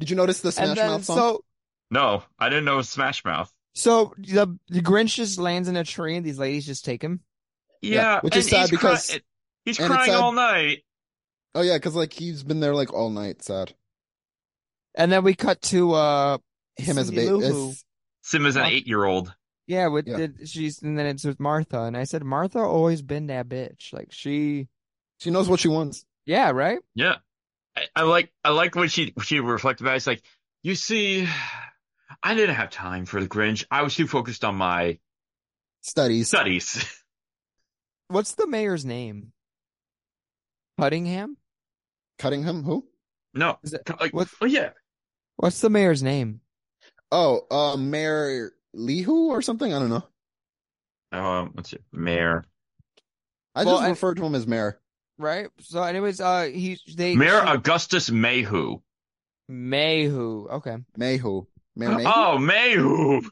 Did you notice the Smash
and then
Mouth song?
so
No, I didn't know Smash Mouth.
so the the Grinch just lands in a tree and these ladies just take him.
Yeah,
Yeah,
which is
and
sad
he's cry-
because-
it- he's
and it's
crying
sad-
all night.
Oh yeah, because like he's been there like all night. Sad.
And then we cut to uh
Him as a
Cindy
baby.
Lou Who.
as-
Sim is an
Huh?
eight-year-old.
yeah, with
Yeah.
The, she's and then it's with Martha and I said Martha always been that bitch. Like she
She knows what she wants.
Yeah, right?
Yeah, I, I like I like when she she reflected back. It's like you see, I didn't have time for the Grinch. I was too focused on my
Studies.
studies. (laughs)
What's the mayor's name? Puttingham?
Cutting him. Who?
no,
Is it-
like,
what-
oh yeah,
What's the mayor's name?
Oh, uh, Mayor Lihu or something. I don't know.
um, what's it, Mayor
I
Well,
just
and-
referred to him as Mayor.
Right? So anyways, uh he they
Mayor
she-
Augustus Mayhew.
Mayhew. Okay.
Mayhu. Mayor Mayhu.
Oh, Mayhew.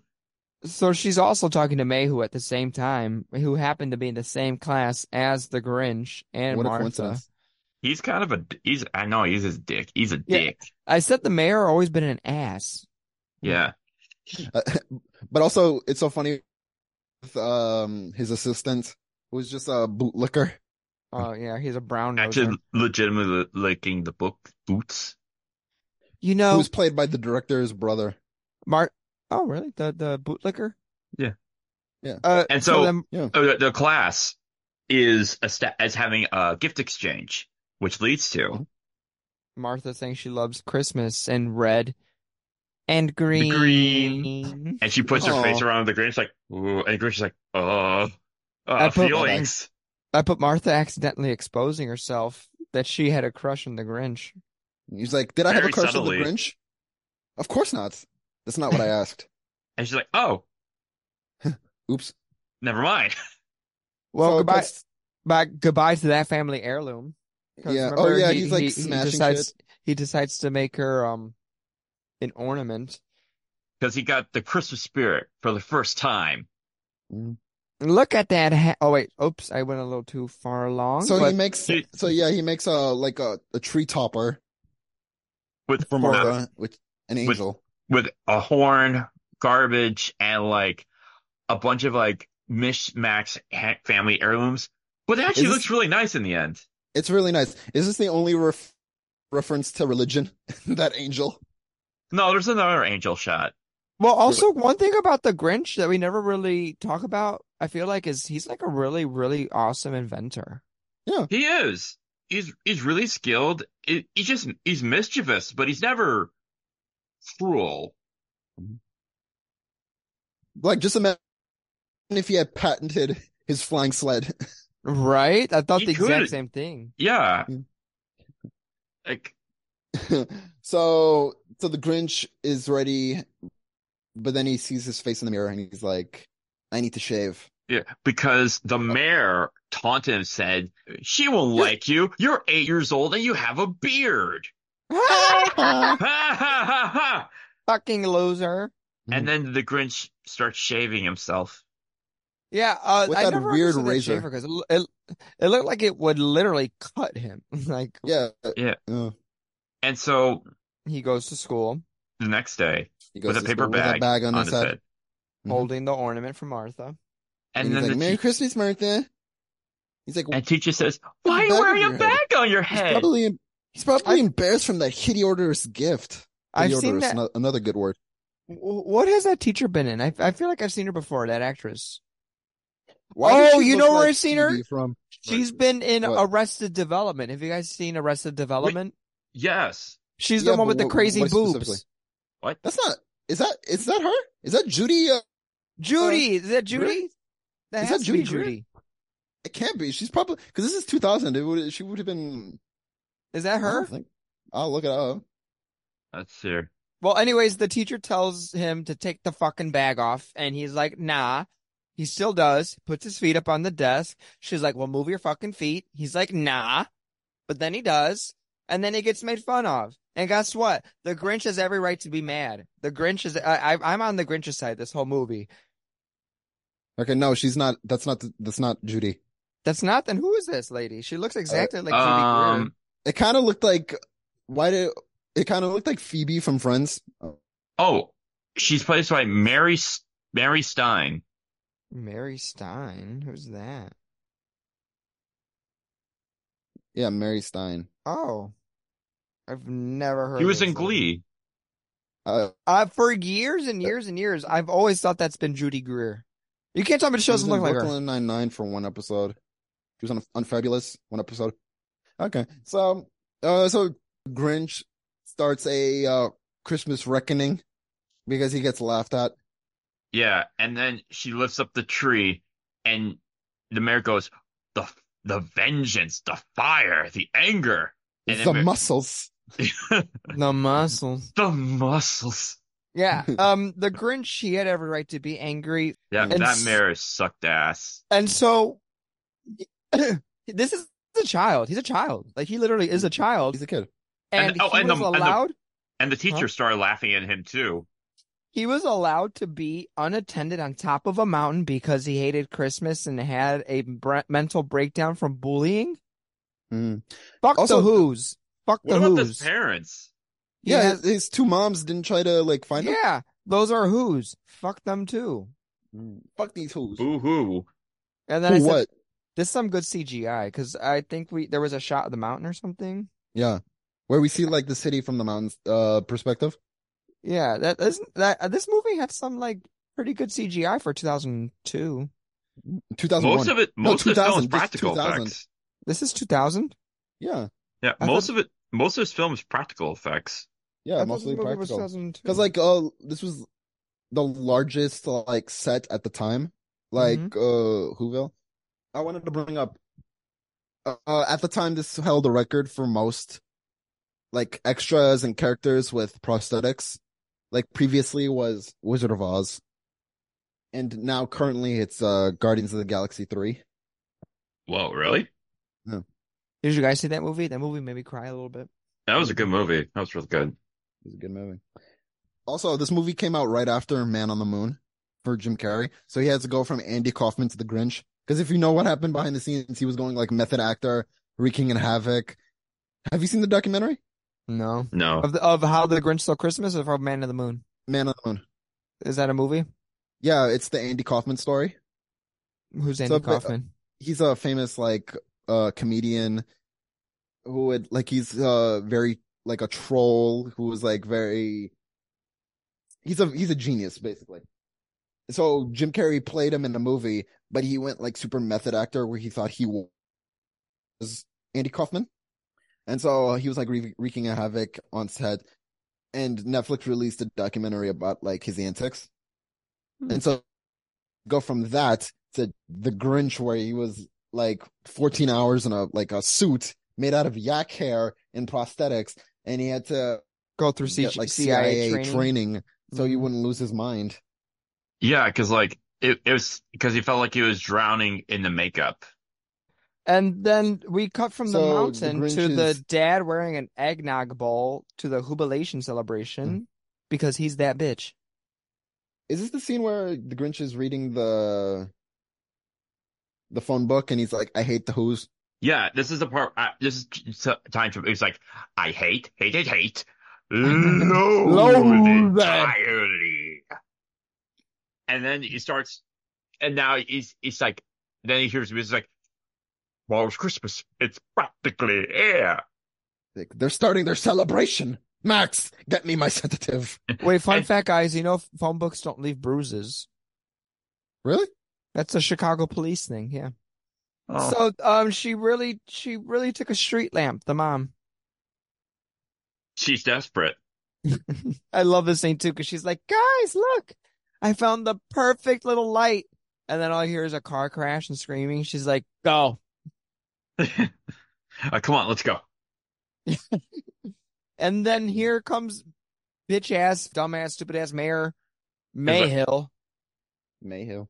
So she's also talking to Mayhew at the same time, who happened to be in the same class as the Grinch and
what a
Martha.
coincidence.
He's kind of a d- he's I know he's a dick. He's a
Yeah.
dick.
I said the mayor always been an ass.
Yeah.
Uh, (laughs) but also, it's so funny. With, um, his assistant was just a bootlicker.
Oh
Hmm.
yeah, he's a brown noser.
Actually legitimately licking the book boots.
You
who
know,
was played by the director's brother.
Mart. Oh really? The the bootlicker?
Yeah.
Yeah.
Uh,
And so-
then-
Oh, the, the class is a sta- as having a gift exchange, which leads to
Martha saying she loves Christmas and red and green.
green. and she puts her face
Aw.
around the Grinch like ooh and Grinch is like, uh, uh
I put-
feelings.
I put Martha accidentally exposing herself that she had a crush on the Grinch.
He's like, "Did I have
Very
a crush
subtly.
on the Grinch?" Of course not. That's not what I asked.
And she's like, Oh,
Oops.
never mind. (laughs)
Well,
So it
goodbye.
puts-
Bye, goodbye to that family heirloom. 'Cause
Yeah. Oh
remember,
yeah.
he-
He's like
he- he
smashing
decides,
shit.
He decides to make her um an ornament.
Because he got the Christmas spirit for the first time.
Look at that hat. Oh wait, oops, I went a little too far along.
So
but
he makes.
He-
So yeah, he makes a like a, a tree topper
With
for Martha, which an angel.
with a horn, garbage, and like a bunch of like mishmash ha- family heirlooms. But it actually
Is this-
looks really nice in the end.
It's really nice. Is this the only ref- reference to religion (laughs) that angel?
No, there's another angel shot.
well, also one thing about the Grinch that we never really talk about, I feel like, is he's like a really, really awesome inventor.
He is. He's he's really skilled. He- He's just he's mischievous, but he's never cruel.
Like just imagine if he had patented his flying sled. (laughs)
Right? I thought
He
the exact
could.
same thing. (laughs)
Yeah.
Mm.
Like
so so the Grinch is ready, but then he sees his face in the mirror and he's like, "I need to shave."
yeah, because
Oh.
the mayor taunted him, said, "She won't like you. You're eight years old and you have a beard." (laughs) Ha ha ha ha!
Fucking loser.
And
Mm-hmm.
then the Grinch starts shaving himself.
Yeah, uh,
With
I
that
never
weird
understood that
razor.
shaver 'cause it, it it looked like it would literally cut him. (laughs) Like
Yeah.
Yeah.
Uh,
And so
he goes to school
the next day,
he goes
with a
to
paper
school with a
bag,
bag on
on
his head. Mhm.
holding the ornament from Martha.
and,
he's
then
like,
the
Merry
te-
Christmas, Martha. He's like,
and teacher says,
Put
"Why are
the
you
bag
wearing a
on your
bag on your
he's
head?"
probably he's probably embarrassed from that hideous gift.
I've
Hideous,
seen that.
ano- another good word.
W- What has that teacher been in? I I feel like I've seen her before. That actress.
does
oh,
she
you
look
know where
like
I've seen her?
Phoebe from?
She's been in
What?
Arrested Development. Have you guys seen Arrested Development?
yes.
She's
Yeah,
the one
but
with the
what-
crazy
what specifically?
boobs.
What?
That's not. Is that is that her? Is that Judy? Uh,
Judy,
Uh,
is that Judy? That
Is that
has to be
Judy Greer?
Judy.
it can't be. She's probably because this is 2000. It would she would have been
Is that
I
her?
don't think- I'll look it up.
Let's see. here.
Well, anyways, the teacher tells him to take the fucking bag off, and he's like, nah. He still does, puts his feet up on the desk. She's like, well, move your fucking feet. He's like, nah. But then he does, and then he gets made fun of. And guess what? The Grinch has every right to be mad. The Grinch is, I, I, I'm on the Grinch's side this whole movie.
Okay, no, she's not. That's not. the- That's not Judy.
That's not, then who is this lady? She looks exactly like Judy Greer.
um.
It kind of looked like. Why did it kind of looked like Phoebe from Friends?
Oh, she's played by Mary S- Mary Stein.
Mary Stein. Who's that?
Yeah, Mary Stein.
Oh, I've never heard.
He was
of
in
her.
Glee.
Uh,
Uh, for years and years and years, I've always thought that's been Judy Greer. You can't tell me the
she
show
was
doesn't
in
look like her.
Brooklyn Nine Nine for one episode. She was on Unfabulous one episode. Okay, so uh, so Grinch starts a uh, Christmas reckoning because he gets laughed at.
Yeah, and then she lifts up the tree, and the mayor goes, "the the vengeance, the fire, the anger, and
the
then-
muscles.
The muscles.
the muscles."
(laughs)
Yeah. Um, the Grinch, he had every right to be angry.
Yeah,
And
that
s-
mayor sucked ass.
And so (clears throat) this is a child. He's a child. Like he literally is a child.
He's a kid.
And,
And- oh,
he
and the-
was
and the-
allowed
And the teacher
Huh?
started laughing at him too.
he was allowed to be unattended on top of a mountain because he hated Christmas and had a bre- mental breakdown from bullying.
Mm.
Fuck
Also-
the who's. Fuck
What
the
about
who's.
his parents?
He
Yeah,
has-
his, his two moms didn't try to like find him.
yeah, those are who's. Fuck them too.
Mm. Fuck these hoes.
Boo hoo!
And then
Who
I said,
what?
"This is some good CGI because I think we there was a shot of the mountain or something."
Yeah, where we see like the city from the mountains uh perspective.
Yeah, that isn't that. uh, This movie had some like pretty good CGI for 2002.
Two thousand one.
Most of it,
No,
most of the film's
2000, just
practical
2000.
effects.
This is 2000.
yeah,
Yeah,
I
most
thought-
of it, most of his film's practical effects.
yeah, mostly
the movie
practical.
was 2002.
Because like uh this was the largest like set at the time, like uh Whoville. I wanted to bring up uh, uh at the time this held a record for most like extras and characters with prosthetics. Like previously was Wizard of Oz. And now currently it's uh Guardians of the Galaxy 3.
Whoa, really?
did you guys see that movie? That movie made me cry a little bit.
That was a good movie. That was really good.
It's a good movie. Also, this movie came out right after Man on the Moon for Jim Carrey. So he has to go from Andy Kaufman to the Grinch. Because if you know what happened behind the scenes, he was going like method actor, wreaking in havoc. Have you seen the documentary?
No,
No,
of the, of how the Grinch stole Christmas or from Man of the Moon.
Man on the Moon.
Is that a movie?
Yeah, it's the Andy Kaufman story.
Who's Andy
So, but, uh,
Kaufman?
He's a famous like uh comedian who would like he's uh very like a troll who was like very he's a he's a genius basically. So Jim Carrey played him in the movie, but he went like super method actor where he thought he was Andy Kaufman, and so he was like wre- wreaking a havoc on set. And Netflix released a documentary about like his antics, and so go from that to the Grinch where he was like 14 hours in a like a suit made out of yak hair and prosthetics, and he had to
Go through C-
get, like
CIA,
training,
Mm-hmm.
so he wouldn't lose his mind.
yeah, because like it, it was because he felt like he was drowning in the makeup.
And then we cut from the
So, the
mountain
Grinch
to
is-
the dad wearing an eggnog bowl to the jubilation
Hmm.
celebration because he's that bitch.
Is this the scene where the Grinch is reading the the phone book and he's like, "I hate the Who's."
Yeah, this is the part. Uh, this is t- t- time to. It's like I hate, hate, hate, hate, loathe
(laughs) Loathe.
entirely. And then he starts, and now he's he's like. Then he hears music like, "Well, it's Christmas. It's practically air."
Like, They're starting their celebration. Max, get me my sedative.
Wait, fun
And-
fact, guys, you know phone books don't leave bruises.
Really?
That's a Chicago police thing, yeah.
Oh.
So um she really she really took a street lamp, the mom.
She's desperate.
I love this thing too because she's like, guys, look, I found the perfect little light. And then all I hear is a car crash and screaming. She's like, go.
Uh, come on, let's go.
And then here comes bitch ass, dumbass, stupid ass mayor Mayhill.
Mayhew.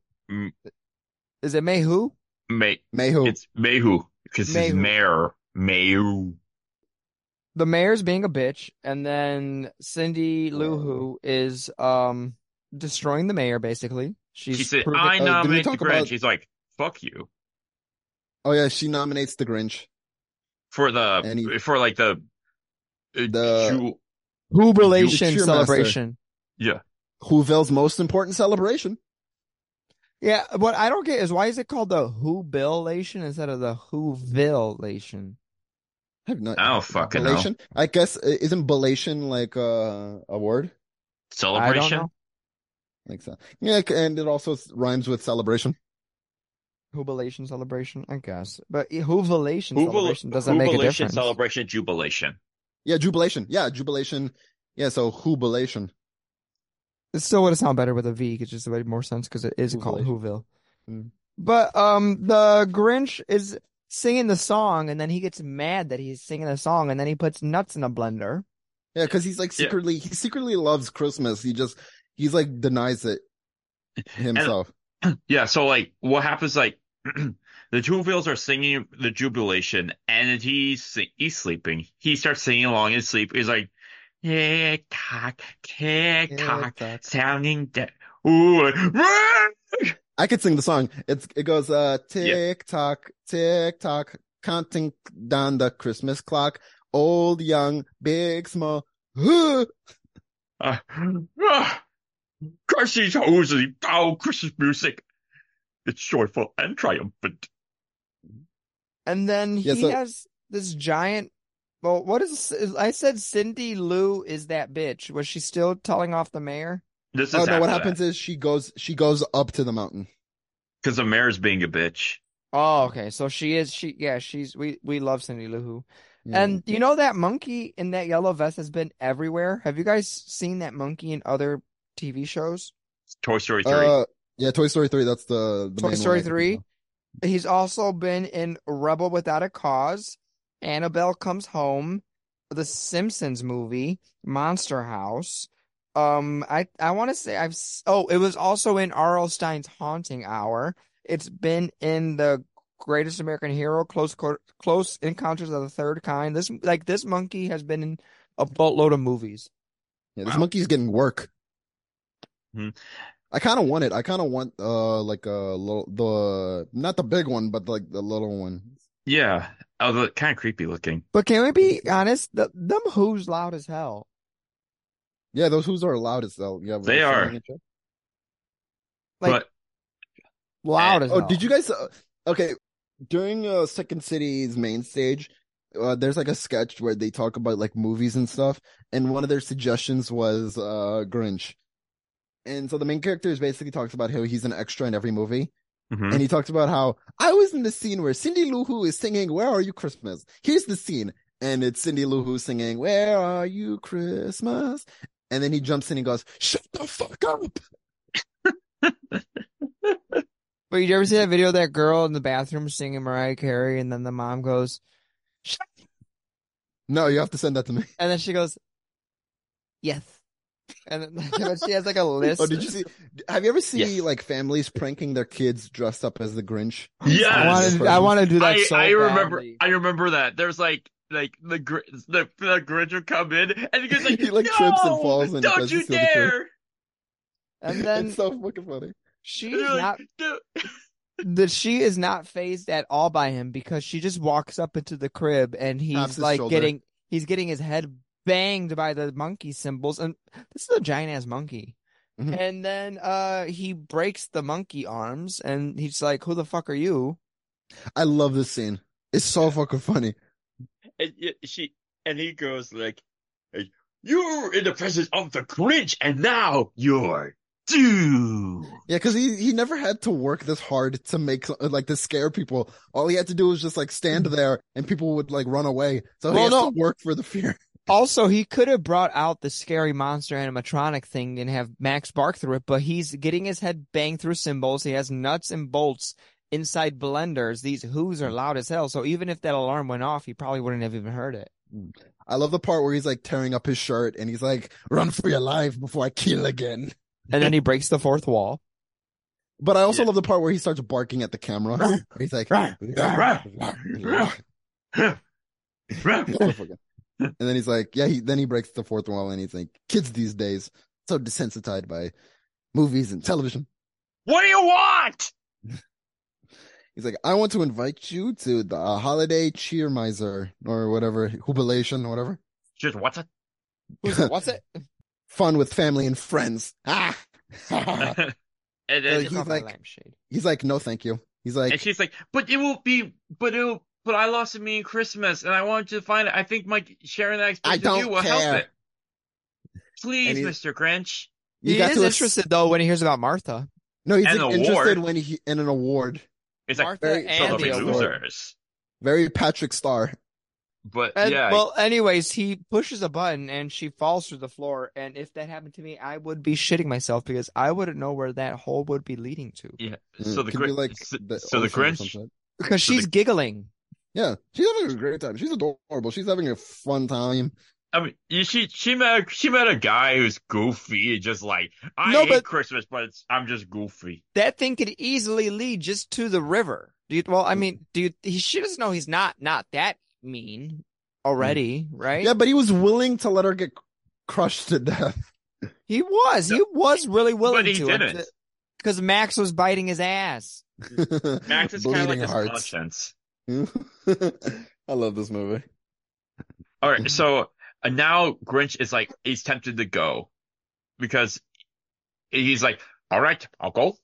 Is it Mayhew?
May
Mayhew.
it's Mayhu because he's
Mayhu.
mayor Mayu.
The mayor's being a bitch, and then Cindy
Oh.
Lou Who is um destroying the mayor basically. She's
She said,
proving-
"I
uh, did we
nominate the
talk
Grinch."
about-
He's like, "Fuck you."
Oh yeah, she nominates the Grinch.
for the
And he-
for like the uh,
The-
jewel-
jubilation
Cheermaster.
celebration.
yeah
Whoville's most important celebration.
Yeah, what I don't get is why is it called the Who Billation instead of the Who Villation?
I have no
I don't fucking know.
Belation? I guess i- isn't Belation like uh, a word?
I don't
Celebration?
know
Like so. Yeah, c- and it also s- rhymes with celebration.
Jubilation celebration, I guess, but i- jubilation
Jubil-
celebration doesn't make a
jubilation,
difference.
celebration, jubilation.
Yeah, jubilation. Yeah, jubilation. Yeah, so jubilation.
It still would have sounded better with a V. It just made more sense because it is called Whoville.
Mm.
But um, the Grinch is singing the song, and then he gets mad that he's singing the song, and then he puts nuts in a blender.
Yeah, because he's like
Yeah.
secretly he secretly loves Christmas. He just he's like
(laughs)
denies it himself.
Yeah, so like what happens like (clears throat) the two wheels are singing the jubilation and then he's sing- he's sleeping. He starts singing along in sleep. He's like tick tock, tick tock,
Tick-tock.
sounding dead. Ooh, like, "Rah!"
I could sing the song. It's it goes uh
Yeah.
tick tock, tick tock, counting down the Christmas clock. Old, young, big, small. (gasps)
uh, ah, Christmas hosey, oh, Christmas music. It's joyful and triumphant.
And then
Yeah,
he
so-
has this giant. Well, what is I said? Cindy Lou is that bitch? Was she still telling off the mayor?
This is
Oh no! What
after
happens is she goes she goes up to the mountain.
because the mayor's being a bitch.
Oh, okay. So she is. She yeah. She's we we love Cindy Lou Who.
Yeah.
And you know that monkey in that yellow vest has been everywhere. Have you guys seen that monkey in other TV shows?
Toy Story Three.
uh, yeah, Toy Story three. That's the, the
Toy
main one
Story
I can
three.
think
He's also been in Rebel Without a Cause, Annabelle Comes Home, The Simpsons movie, Monster House. Um, I I want to say I've s- oh it was also in R.L. Stein's Haunting Hour. It's been in the Greatest American Hero, Close Co- Close Encounters of the Third Kind. This like this monkey has been in a boatload of movies.
of. Yeah, this
Wow.
monkey's getting work.
Hmm.
I kind of want it. I kind of want uh like a little the not the big one, but like the little one.
yeah, although kind of creepy looking.
But can we be honest? The, them who's loud as hell.
Yeah, those who's are allowed as hell. Yeah,
They
we're
are.
singing it, yeah.
Like
but
loud as
Oh,
hell.
did you guys? Uh, okay, during uh, Second City's main stage, uh, there's like a sketch where they talk about like movies and stuff, and one of their suggestions was uh, Grinch. And so the main character is basically talks about how he's an extra in every movie,
Mm-hmm.
mhm.
and he talks about how I was in the scene where Cindy Lou Who is singing "Where Are You Christmas." Here's the scene, and it's Cindy Lou Who singing "Where Are You Christmas," and then he jumps in and goes, "Shut the fuck up!"
But you ever see that video of that girl in the bathroom singing Mariah Carey, and then the mom goes, "Shut up,"
No, you have to send that to me.
and then she goes, "Yes," and then (laughs) but she has like a list.
Oh, did you see? Have you ever seen
Yes.
like families pranking their kids dressed up as the Grinch?
Yes!
I want to. I want to do that.
I,
so
I remember
badly.
I remember that. There's like like the gr- the the Grinch would come in and he goes like,
He, like,
no,
trips and falls and
don't
does
you
the other thing."
dare!
And
(laughs)
then
it's so fucking funny.
she's
And they're like,
not.
"Dude."
That she is not phased at all by him because she just walks up into the crib and
Taps
he's
his
like
shoulder.
getting he's getting his head banged by the monkey symbols and this is a giant ass monkey.
Mhm.
And then uh he breaks the monkey arms and he's like, Who the fuck are you?
I love this scene. It's so fucking funny.
and y- she and he goes like, "You're in the presence of the Grinch, and now you're due."
Yeah, because he he never had to work this hard to make like to scare people. All he had to do was just like stand there, and people would like run away. So he
Well,
has
no.
to work for the fear.
Also, he could have brought out the scary monster animatronic thing and have Max bark through it, but he's getting his head banged through cymbals. He has nuts and bolts inside blenders. These whoos are loud as hell, so even if that alarm went off, he probably wouldn't have even heard it.
I love the part where he's like tearing up his shirt, and he's like, "Run for your life before I kill again."
And then he breaks the fourth wall.
But I also
Yeah.
love the part where he starts barking at the camera. he's like, (laughs) So fucking- and then he's like, yeah, he, then he breaks the fourth wall and he's like, kids these days, so desensitized by movies and television.
what do you want?
He's like, I want to invite you to the uh, holiday cheer miser or whatever, jubilation or whatever.
Just what's it?
Who's it? What's it?
Fun with family and friends. Ah!
(laughs) (laughs)
he's
and then
he's like- like- no, thank you. He's like,
and she's like, but it will be, but it will, but I lost a mean Christmas, and I wanted to find it. I think my sharing that
I
experience with
don't
you will help
care.
it. Please,
And he's-
Mr. Grinch.
You
he
got
is
to ex-
interested though when he hears about Martha.
No, he's
And an
interested
award.
when he in an award.
It's like
Martha
very
some
and
of
the
the
award.
losers.
Very Patrick Star.
But
And,
yeah,
Well, anyways, he pushes a button and she falls through the floor. And if that happened to me, I would be shitting myself because I wouldn't know where that hole would be leading to.
yeah. So the
Could Mm, be
Grinch.
like
so,
the
so the
ocean or some
Grinch.
shit.
Because
So
she's
the-
giggling.
Yeah, she's having a great time. She's adorable. She's having a fun time.
I mean, you- she she met she met a guy who's goofy and just like I
No,
hate
but-
Christmas, but it's, I'm just goofy.
That thing could easily lead just to the river. Do you, well, I mean, do you, he she doesn't know he's not not that
Mm.
mean already, right?
Yeah, but he was willing to let her get crushed to death.
He was. He was really willing
he
to.
didn't.
Because Max was biting his ass.
Max is kind of like
Bleeding
his
hearts.
conscience.
(laughs) I love this movie.
All
Mm-hmm.
right, so uh, now Grinch is like he's tempted to go because he's like, all right, I'll go,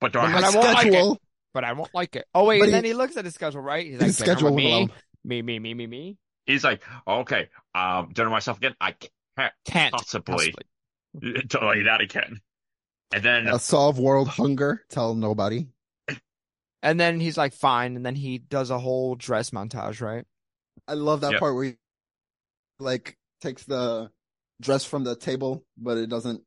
but don't
But
have
But
my
I won't like it.
schedule,
But I won't like it. Oh wait,
But
and
he-
then he looks at his schedule, right? He's like,
his
"Dinner with
schedule won't allow.
me,
him.
me, me, me, me, me.
He's like, okay, um, dinner myself again. I can't
Can't
possibly (laughs) tell you that again. And then
Uh, solve world hunger. Tell nobody.
And then he's like, fine. And then he does a whole dress montage, right?
I love that
Yep.
part where he like takes the dress from the table, but it doesn't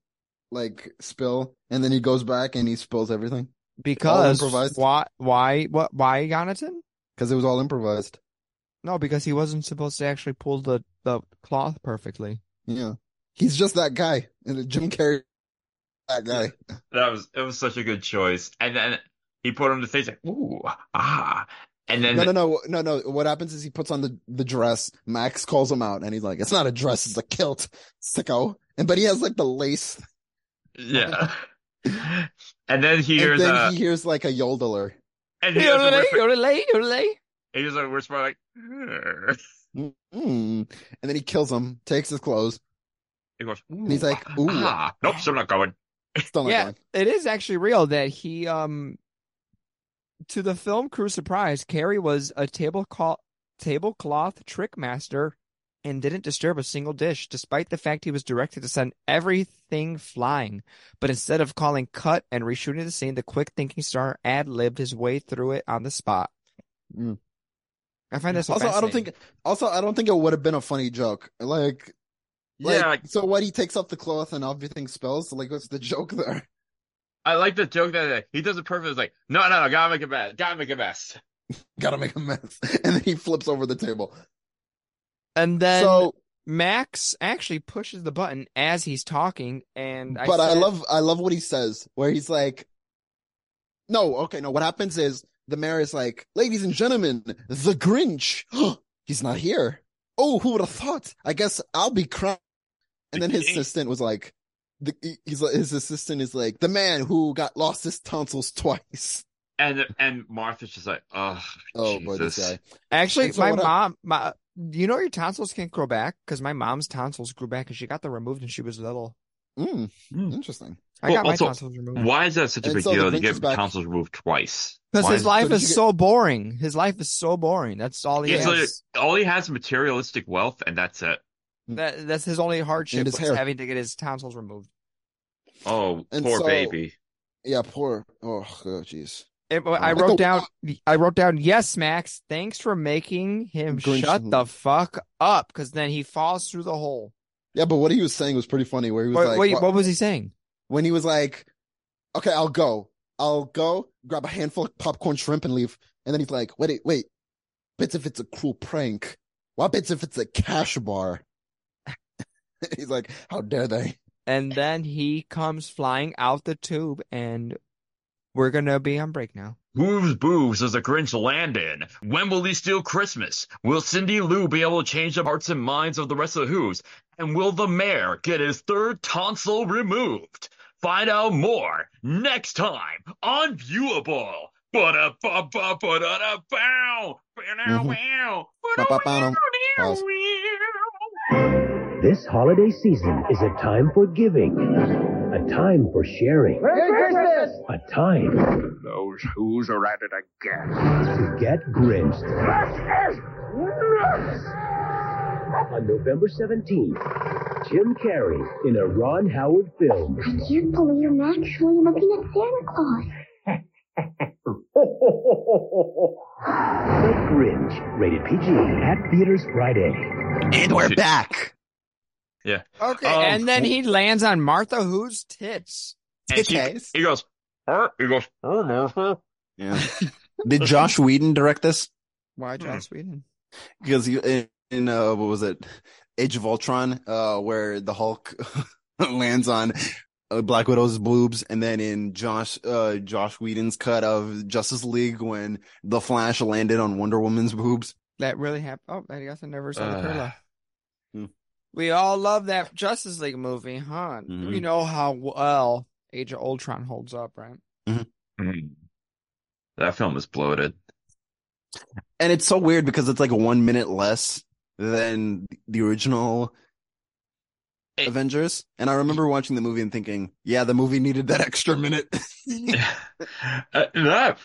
like spill, and then he goes back and he spills everything
Because
improvised.
why? Why? What? Why Jonathan?
because it was all improvised.
No, because he wasn't supposed to actually pull the the cloth perfectly.
Yeah, he's just that guy, and Jim Carrey, that guy.
That was it was such a good choice. And then he put on the face like, ooh, ah. And then
No, no, no, no, no. What happens is he puts on the the dress. Max calls him out, and he's like, "It's not a dress; it's a kilt, sicko." And but he has like the lace,
yeah. (laughs) and then he hears
and then
uh,
he hears like a yodeler. (laughs)
and he hears a
Yodelay,
whisper,
yodelay, yodelay.
he hears a whisper like, (laughs) "Grr."
Mm. And then he kills him, takes his clothes.
he goes, ooh,
he's like, ooh.
ah, nope, so I'm not going.
Still not
Yeah.
going.
It is actually real that he um to the film crew surprise, Carrie was a tablecloth tablecloth trick master and didn't disturb a single dish, despite the fact he was directed to send everything flying. But instead of calling cut and reshooting the scene, the quick thinking star ad libbed his way through it on the spot.
Mm.
I find that so
also, I don't
fascinating.
think. Also, I don't think it would have been a funny joke. Like, like
yeah,
so what? He takes off the cloth and everything spills. Like, what's the joke there? (laughs)
I like the joke that like, he does it perfect. It's like, no, no, no, gotta make a mess, gotta make a mess.
Gotta make a mess, and then he flips over the table.
And then
so,
Max actually pushes the button as he's talking, and I
but I
said-
love, I love what he says, where he's like, "No, okay, no." What happens is the mayor is like, "Ladies and gentlemen, the Grinch. (gasps) He's not here. Oh, who would have thought? I guess I'll be crowned." And then
(laughs)
his assistant was like, the, he- he's, like- "His assistant is like the man who got lost his tonsils twice." (laughs)
And and Martha's just like, oh,
Oh boy, this
Jesus.
guy.
Actually,
And so
my
what I-
mom, my you know your tonsils can't grow back because my mom's tonsils grew back and she got them removed when she was little.
Mm,
Hmm.
Mm.
Interesting.
I
Well,
got my
also,
tonsils removed
Why is that such a
And
big
so the
deal to
Grinch
get
is back.
tonsils removed twice?
because
Why
his
is-
So
life
did
is
you get-
so boring. His life is so boring. That's all he
It's
has.
like- all he has is materialistic wealth, and that's it.
That, that's his only hardship
And his
was
hair.
having to get his tonsils removed.
Oh,
And
poor
so-
baby.
Yeah, poor. Oh, oh, jeez.
It- I
Like
wrote
the-
down. I wrote down. Yes, Max. Thanks for making him
Grinch-
shut the fuck up. Because then he falls through the hole.
Yeah, but what he was saying was pretty funny. Where he was
Wait,
like,
wait,
wha-
what was he saying?
when he was like, "Okay, I'll go. I'll go grab a handful of popcorn shrimp and leave." And then he's like, "Wait, wait. Bits if it's a cruel prank. What bits if it's a cash bar?" (laughs) he's like, "How dare they?"
And then he comes flying out the tube, and we're gonna be on break now.
Whose booves does the Grinch land in? When will he steal Christmas? Will Cindy Lou be able to change the hearts and minds of the rest of the Who's? And will the mayor get his third tonsil removed? Find out more next time on Viewable. Ba-da ba ba ba da da bow. Ba-da
Mhm.
wow.
Ba-ba-ba-dum. Pause.
This holiday season is a time for giving, A time for sharing.
Merry Christmas!
A time
Those who's are at it again.
to get Grinched.
This is nuts!
On November 17th, Jim Carrey in a Ron Howard film.
I can't believe I'm actually looking at Santa Claus.
The Grinch, rated PG, at theaters Friday.
And we're back.
Okay,
Um,
and then he lands on Martha who's tits.
And she-
Okay.
he goes, "Huh?" he goes, "Huh, Martha?"
Yeah. Did Josh Whedon direct this?
Why
Joss
Sweden?
Because you in, in uh, what was it, Age of Ultron, uh, where the Hulk (laughs) lands on uh, Black Widow's boobs, and then in Josh uh, Josh Whedon's cut of Justice League when the Flash landed on Wonder Woman's boobs.
That really happened. Oh, I guess I never saw the
Uh.
curler.
Hmm.
We all love that Justice League movie, huh?
Mm-hmm.
Mhm.
We know how well Age of Ultron holds up, right?
Mm. That film is bloated.
And it's so weird because it's like one minute less than the original
It-
Avengers. And I remember watching the movie and thinking, yeah, the movie needed that (laughs) extra minute.
(laughs) Uh, that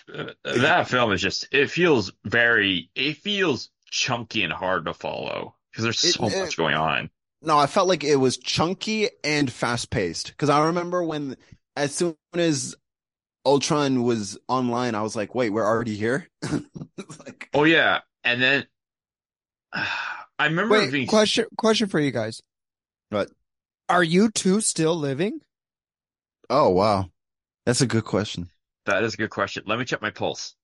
that film is just it feels very it feels chunky and hard to follow because there's
It-
so
it-
much going on.
No, I felt like it was chunky and fast paced. Because I remember when, as soon as Ultron was online, I was like, wait, we're already here? (laughs) It's like,
Oh yeah, and then (sighs) I remember it being
Wait, question question for you guys.
What?
Are you two still living?
oh, wow. That's a good question.
that is a good question. Let me check my pulse.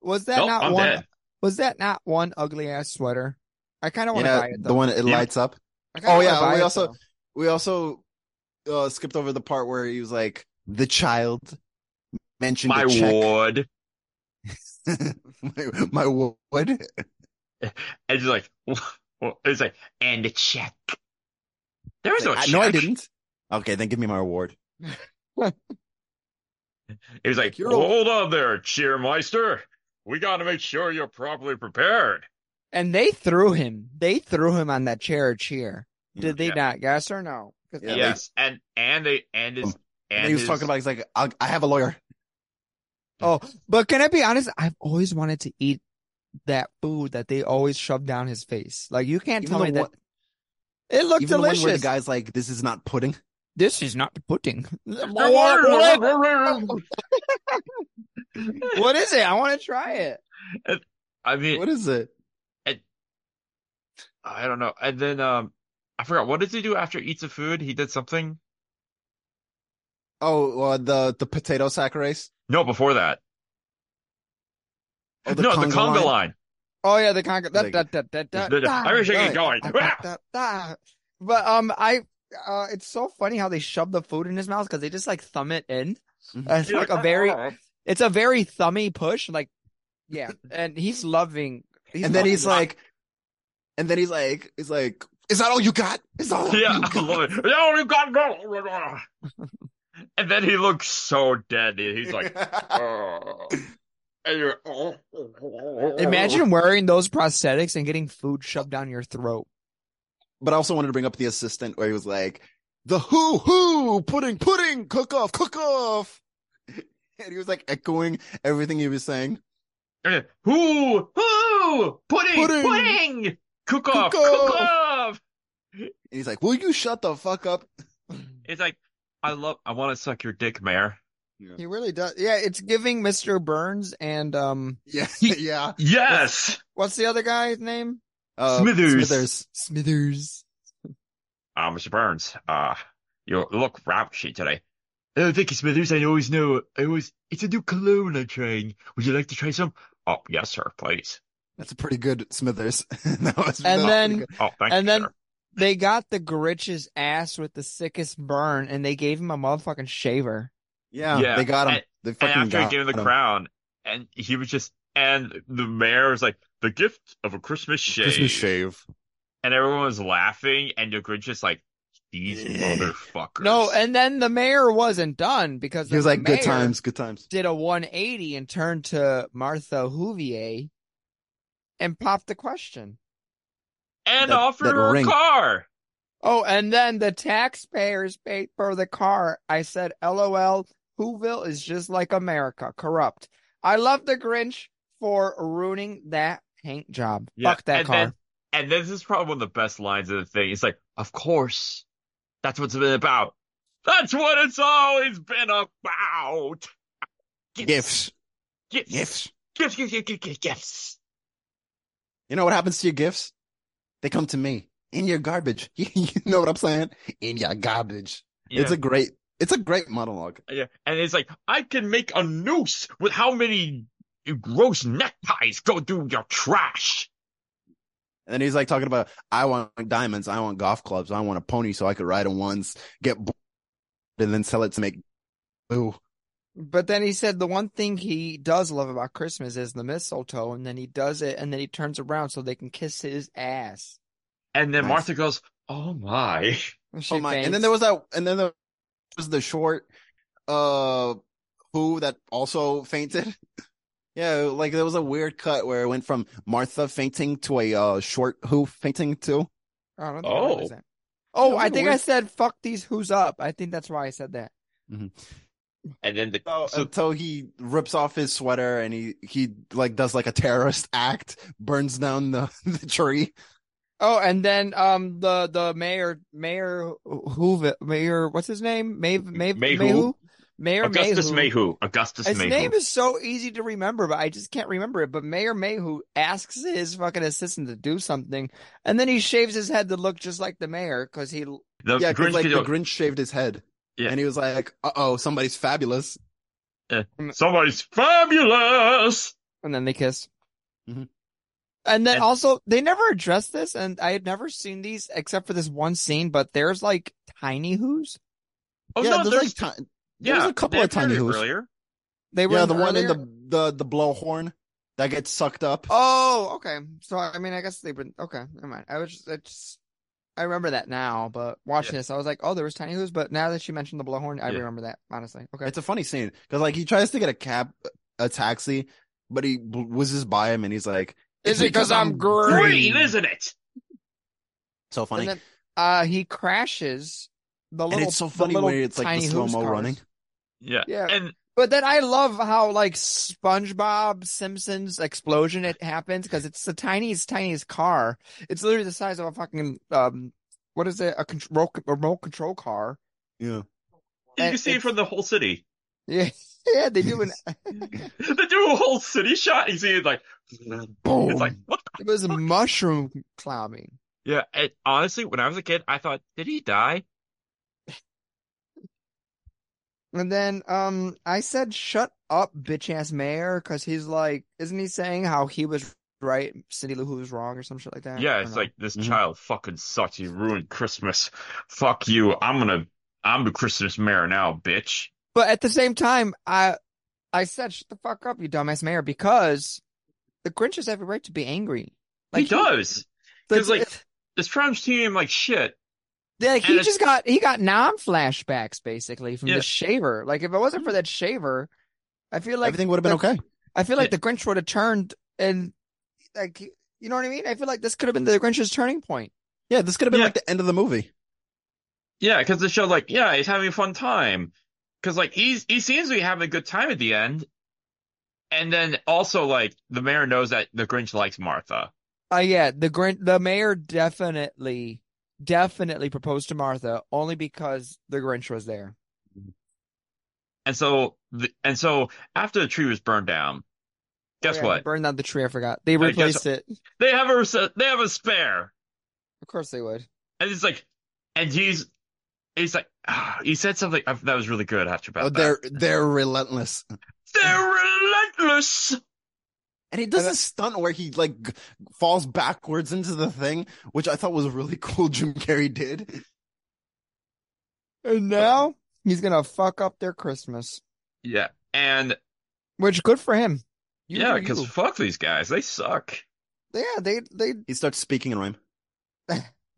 Was that
Nope,
not
I'm
one?
dead.
Was that not one ugly ass sweater? I kind of want to
Yeah,
buy it
the
though.
one it
Yeah.
lights up.
I kinda
oh,
wanna
yeah,
buy
we
it,
also-
though.
We also uh, skipped over the part where he was like, the child mentioned
My
a check.
ward,
(laughs) my, my wood.
and it's like (laughs) it's like and a check. There was no
I-
check.
no, I didn't. Okay, then give me my award.
It was like,
Like, you're old-
hold on there, Cheermeister. We got to make sure you're properly prepared.
And they threw him. They threw him on that chair. Cheer. Did they
Mm, Yeah.
not? Yes or no? 'Cause
Yeah,
yes, and and they and his and,
And he was
his-
talking about, he's like, I'll, I have a lawyer.
Oh, but can I be honest? I've always wanted to eat that food that they always shove down his face. Like you can't
Even
tell
the
me
one-
that it looked
Even the one where the
delicious.
guy's like, this is not pudding.
this is not pudding. (laughs) what,
I
what is it? I want to try it.
mean,
What is it?
I don't know. And then um, I forgot what did he do after he eats the food? He did something.
Oh, uh, the the potato sack race.
No, before that.
Oh,
no, the conga line. (laughs)
Oh yeah, the conga. Da,
Like-
da, da, da, da,
The- the-
da,
I wish I could get
da,
going. (laughs)
da, da, da, da. But um, I uh, it's so funny how they shove the food in his mouth because they just like thumb it in.
Mhm.
Uh, it's like a very, it's a very thummy push. Like, (laughs) yeah, and he's loving. He's
And then
loving
he's
it.
like, and then he's like, he's like, is that all you got? Is that all
Yeah,
you
I
got?
love it. No, you got go. (laughs) And then he looks so dead. He's
(laughs)
like, oh. And you're, "Oh,
Imagine wearing those prosthetics and getting food shoved down your throat.
but I also wanted to bring up the assistant where he was like, the who who pudding pudding cook off cook off, (laughs) and he was like echoing everything he was saying.
Okay. Who? Who? Pudding!
Pudding.
Pudding! Cook off!
Cook
Cook
off.
off!
And he's like, will you shut the fuck up?
It's like, I love, I want to suck your dick, Mayor.
He really does. Yeah, it's giving Mr. Burns and um,
Yeah, yeah.
Yes!
what's the other guy's name?
Uh,
Smithers.
Smithers.
Smithers.
Ah, Mr. Burns, uh, you look ravishing today. Oh, thank you, Smithers. I always know. I always, it's a new cologne I'm trying. Would you like to try some? Oh, yes, sir, please.
That's a pretty good Smithers. (laughs) that was, that was
And
pretty
then
good.
Oh, thank
And
you,
then-
sir.
they got the Grinch's ass with the sickest burn, and they gave him a motherfucking shaver.
yeah,
yeah,
they got him.
and-
they
And
fucking
after he
got
gave him the
him.
crown, and he was just, and the mayor was like, the gift of a Christmas shave.
Christmas shave.
and everyone was laughing, and the Grinch just like these motherfuckers.
No, and then the mayor wasn't done because
He was
the
like, good
mayor
times, good times.
Did a 180 and turned to Martha Huvier and popped the question.
and
that-
offered
that
her
ring.
a car.
Oh, and then the taxpayers paid for the car. I said, LOL, Whoville is just like America, corrupt. I love the Grinch for ruining that paint job.
Yeah,
Fuck that
and
car.
Then, and this is probably one of the best lines of the thing. It's like, of course, that's what it's been about. That's what it's always been about.
Gifts.
Gifts. Gifts.
Gifts.
Gifts. Gifts. Gifts. gifts, gifts.
You know what happens to your gifts? They come to me in your garbage. (laughs) you know what I'm saying? In your garbage.
Yeah.
It's a great, it's a great monologue.
yeah. And it's like, I can make a noose with how many gross neckties go through your trash.
And then he's like talking about, I want diamonds, I want golf clubs, I want a pony so I could ride on ones, get bored, and then sell it to make blue.
But then he said the one thing he does love about Christmas is the mistletoe, and then he does it, and then he turns around so they can kiss his ass.
And then
Nice.
Martha goes, Oh my.
She
Oh my!
faints.
And then there was that, and then there was the short, uh, who that also fainted. (laughs) yeah, like there was a weird cut where it went from Martha fainting to a uh short who fainting too.
Oh, I don't think I realized
Oh.
that. Oh,
Yeah,
I
what a
think I
weird-
said fuck these who's up. I think that's why I said that.
And then the
Oh, uh,
So,
so
until he rips off his sweater and he he like does like a terrorist act, burns down the, (laughs) the tree.
Oh, and then um the the mayor mayor who mayor what's his name? May May
Mayhew.
Mayhew? Mayor
Augustus
Mayhew.
Mayhew. Augustus
His
Mayhew.
name is so easy to remember, but I just can't remember it. But Mayor Mayhew asks his fucking assistant to do something, and then he shaves his head to look just like the mayor because he.
the
yeah, 'cause,
Grinch
like
could
the
go,
Grinch shaved his head.
Yeah.
And he was like, "Uh oh, somebody's fabulous."
Somebody's fabulous.
And then they kiss.
Mhm.
And
Mm-hmm.
then
And-
also, they never addressed this, and I had never seen these except for this one scene. But there's like tiny whoos.
Oh
yeah,
no,
there's, like ti- there was a couple
they
of tiny
appeared
who's.
earlier.
They were
yeah,
in
the one in
earlier-
the the the blow horn that gets sucked up.
Oh, okay. So I mean, I guess they were okay. Never mind. I was just, I just I remember that now, but watching this, I was like, oh, there was tiny who's. But now that you mentioned the blowhorn, I
Yeah.
remember that honestly. Okay.
It's a funny scene because like he tries to get a cab, a taxi, but he bl- whizzes by him and he's like,
Is it 'cause I'm
Green, isn't it?
So funny,
And
and,
then uh, he crashes the little.
it's so
the
funny
little
where it's like
tiny
the
hoops
slow mo
cars.
running.
Yeah.
Yeah.
And
But then I love how like SpongeBob Simpson's explosion it happens because it's the tiniest, tiniest car. It's literally the size of a fucking um, what is it? A control remote control car.
Yeah,
you
And
can see it
it's-
from the whole city. (laughs)
Yeah, (laughs) yeah, they do an.
they do a whole city shot. You see it like,
boom.
it's like what? The?
It was mushroom climbing.
Yeah. And honestly, when I was a kid, I thought, did he die?
And then um I said shut up bitch ass mayor cuz he's like isn't he saying how he was right Cindy Lou Who was wrong or some shit like that?
Yeah.
I
It's
don't know.
like this
Mhm.
child fucking sucks. You ruined Christmas. Fuck you. I'm gonna. I'm the Christmas mayor now, bitch.
But at the same time I I said shut the fuck up you dumbass mayor because the Grinch has every right to be angry.
he does.
it's-
'cause, like,
it's-
This clown's treating him like shit.
Yeah, Like he
And it's-
just got he got non flashbacks basically from
Yeah. Mm-hmm.
the shaver. Like if it wasn't for that shaver, I feel like
Everything would have been
the-
okay.
I feel like
Yeah.
the Grinch would have turned and like you know what I mean? I feel like this could have been the Grinch's turning point.
Yeah, this could have been
Yeah.
like the end of the movie.
Yeah, because the show's like, yeah, he's having a fun time. Because like he's he seems to be having a good time at the end, and then also like the mayor knows that the Grinch likes Martha.
Uh, yeah, the Grinch, the mayor definitely, definitely proposed to Martha only because the Grinch was there.
And so, the, and so after the tree was burned down, guess
Oh, yeah,
what?
Burned down the tree. I forgot. They
Uh, guess-
replaced it.
They have a res- they have a spare,
Of course they would.
and it's like, and he's he's like, ah, he said something uh, that was really good after about
Oh, they're they're relentless,
that. They're relentless.
and he does
And
this stunt where he like g- falls backwards into the thing, which I thought was really (laughs) cool. Jim Carrey did.
And now he's gonna fuck up their Christmas,
Yeah, and
which good for him. You
yeah,
do
because
you.
fuck these guys, they suck.
yeah, they they.
He starts speaking in rhyme.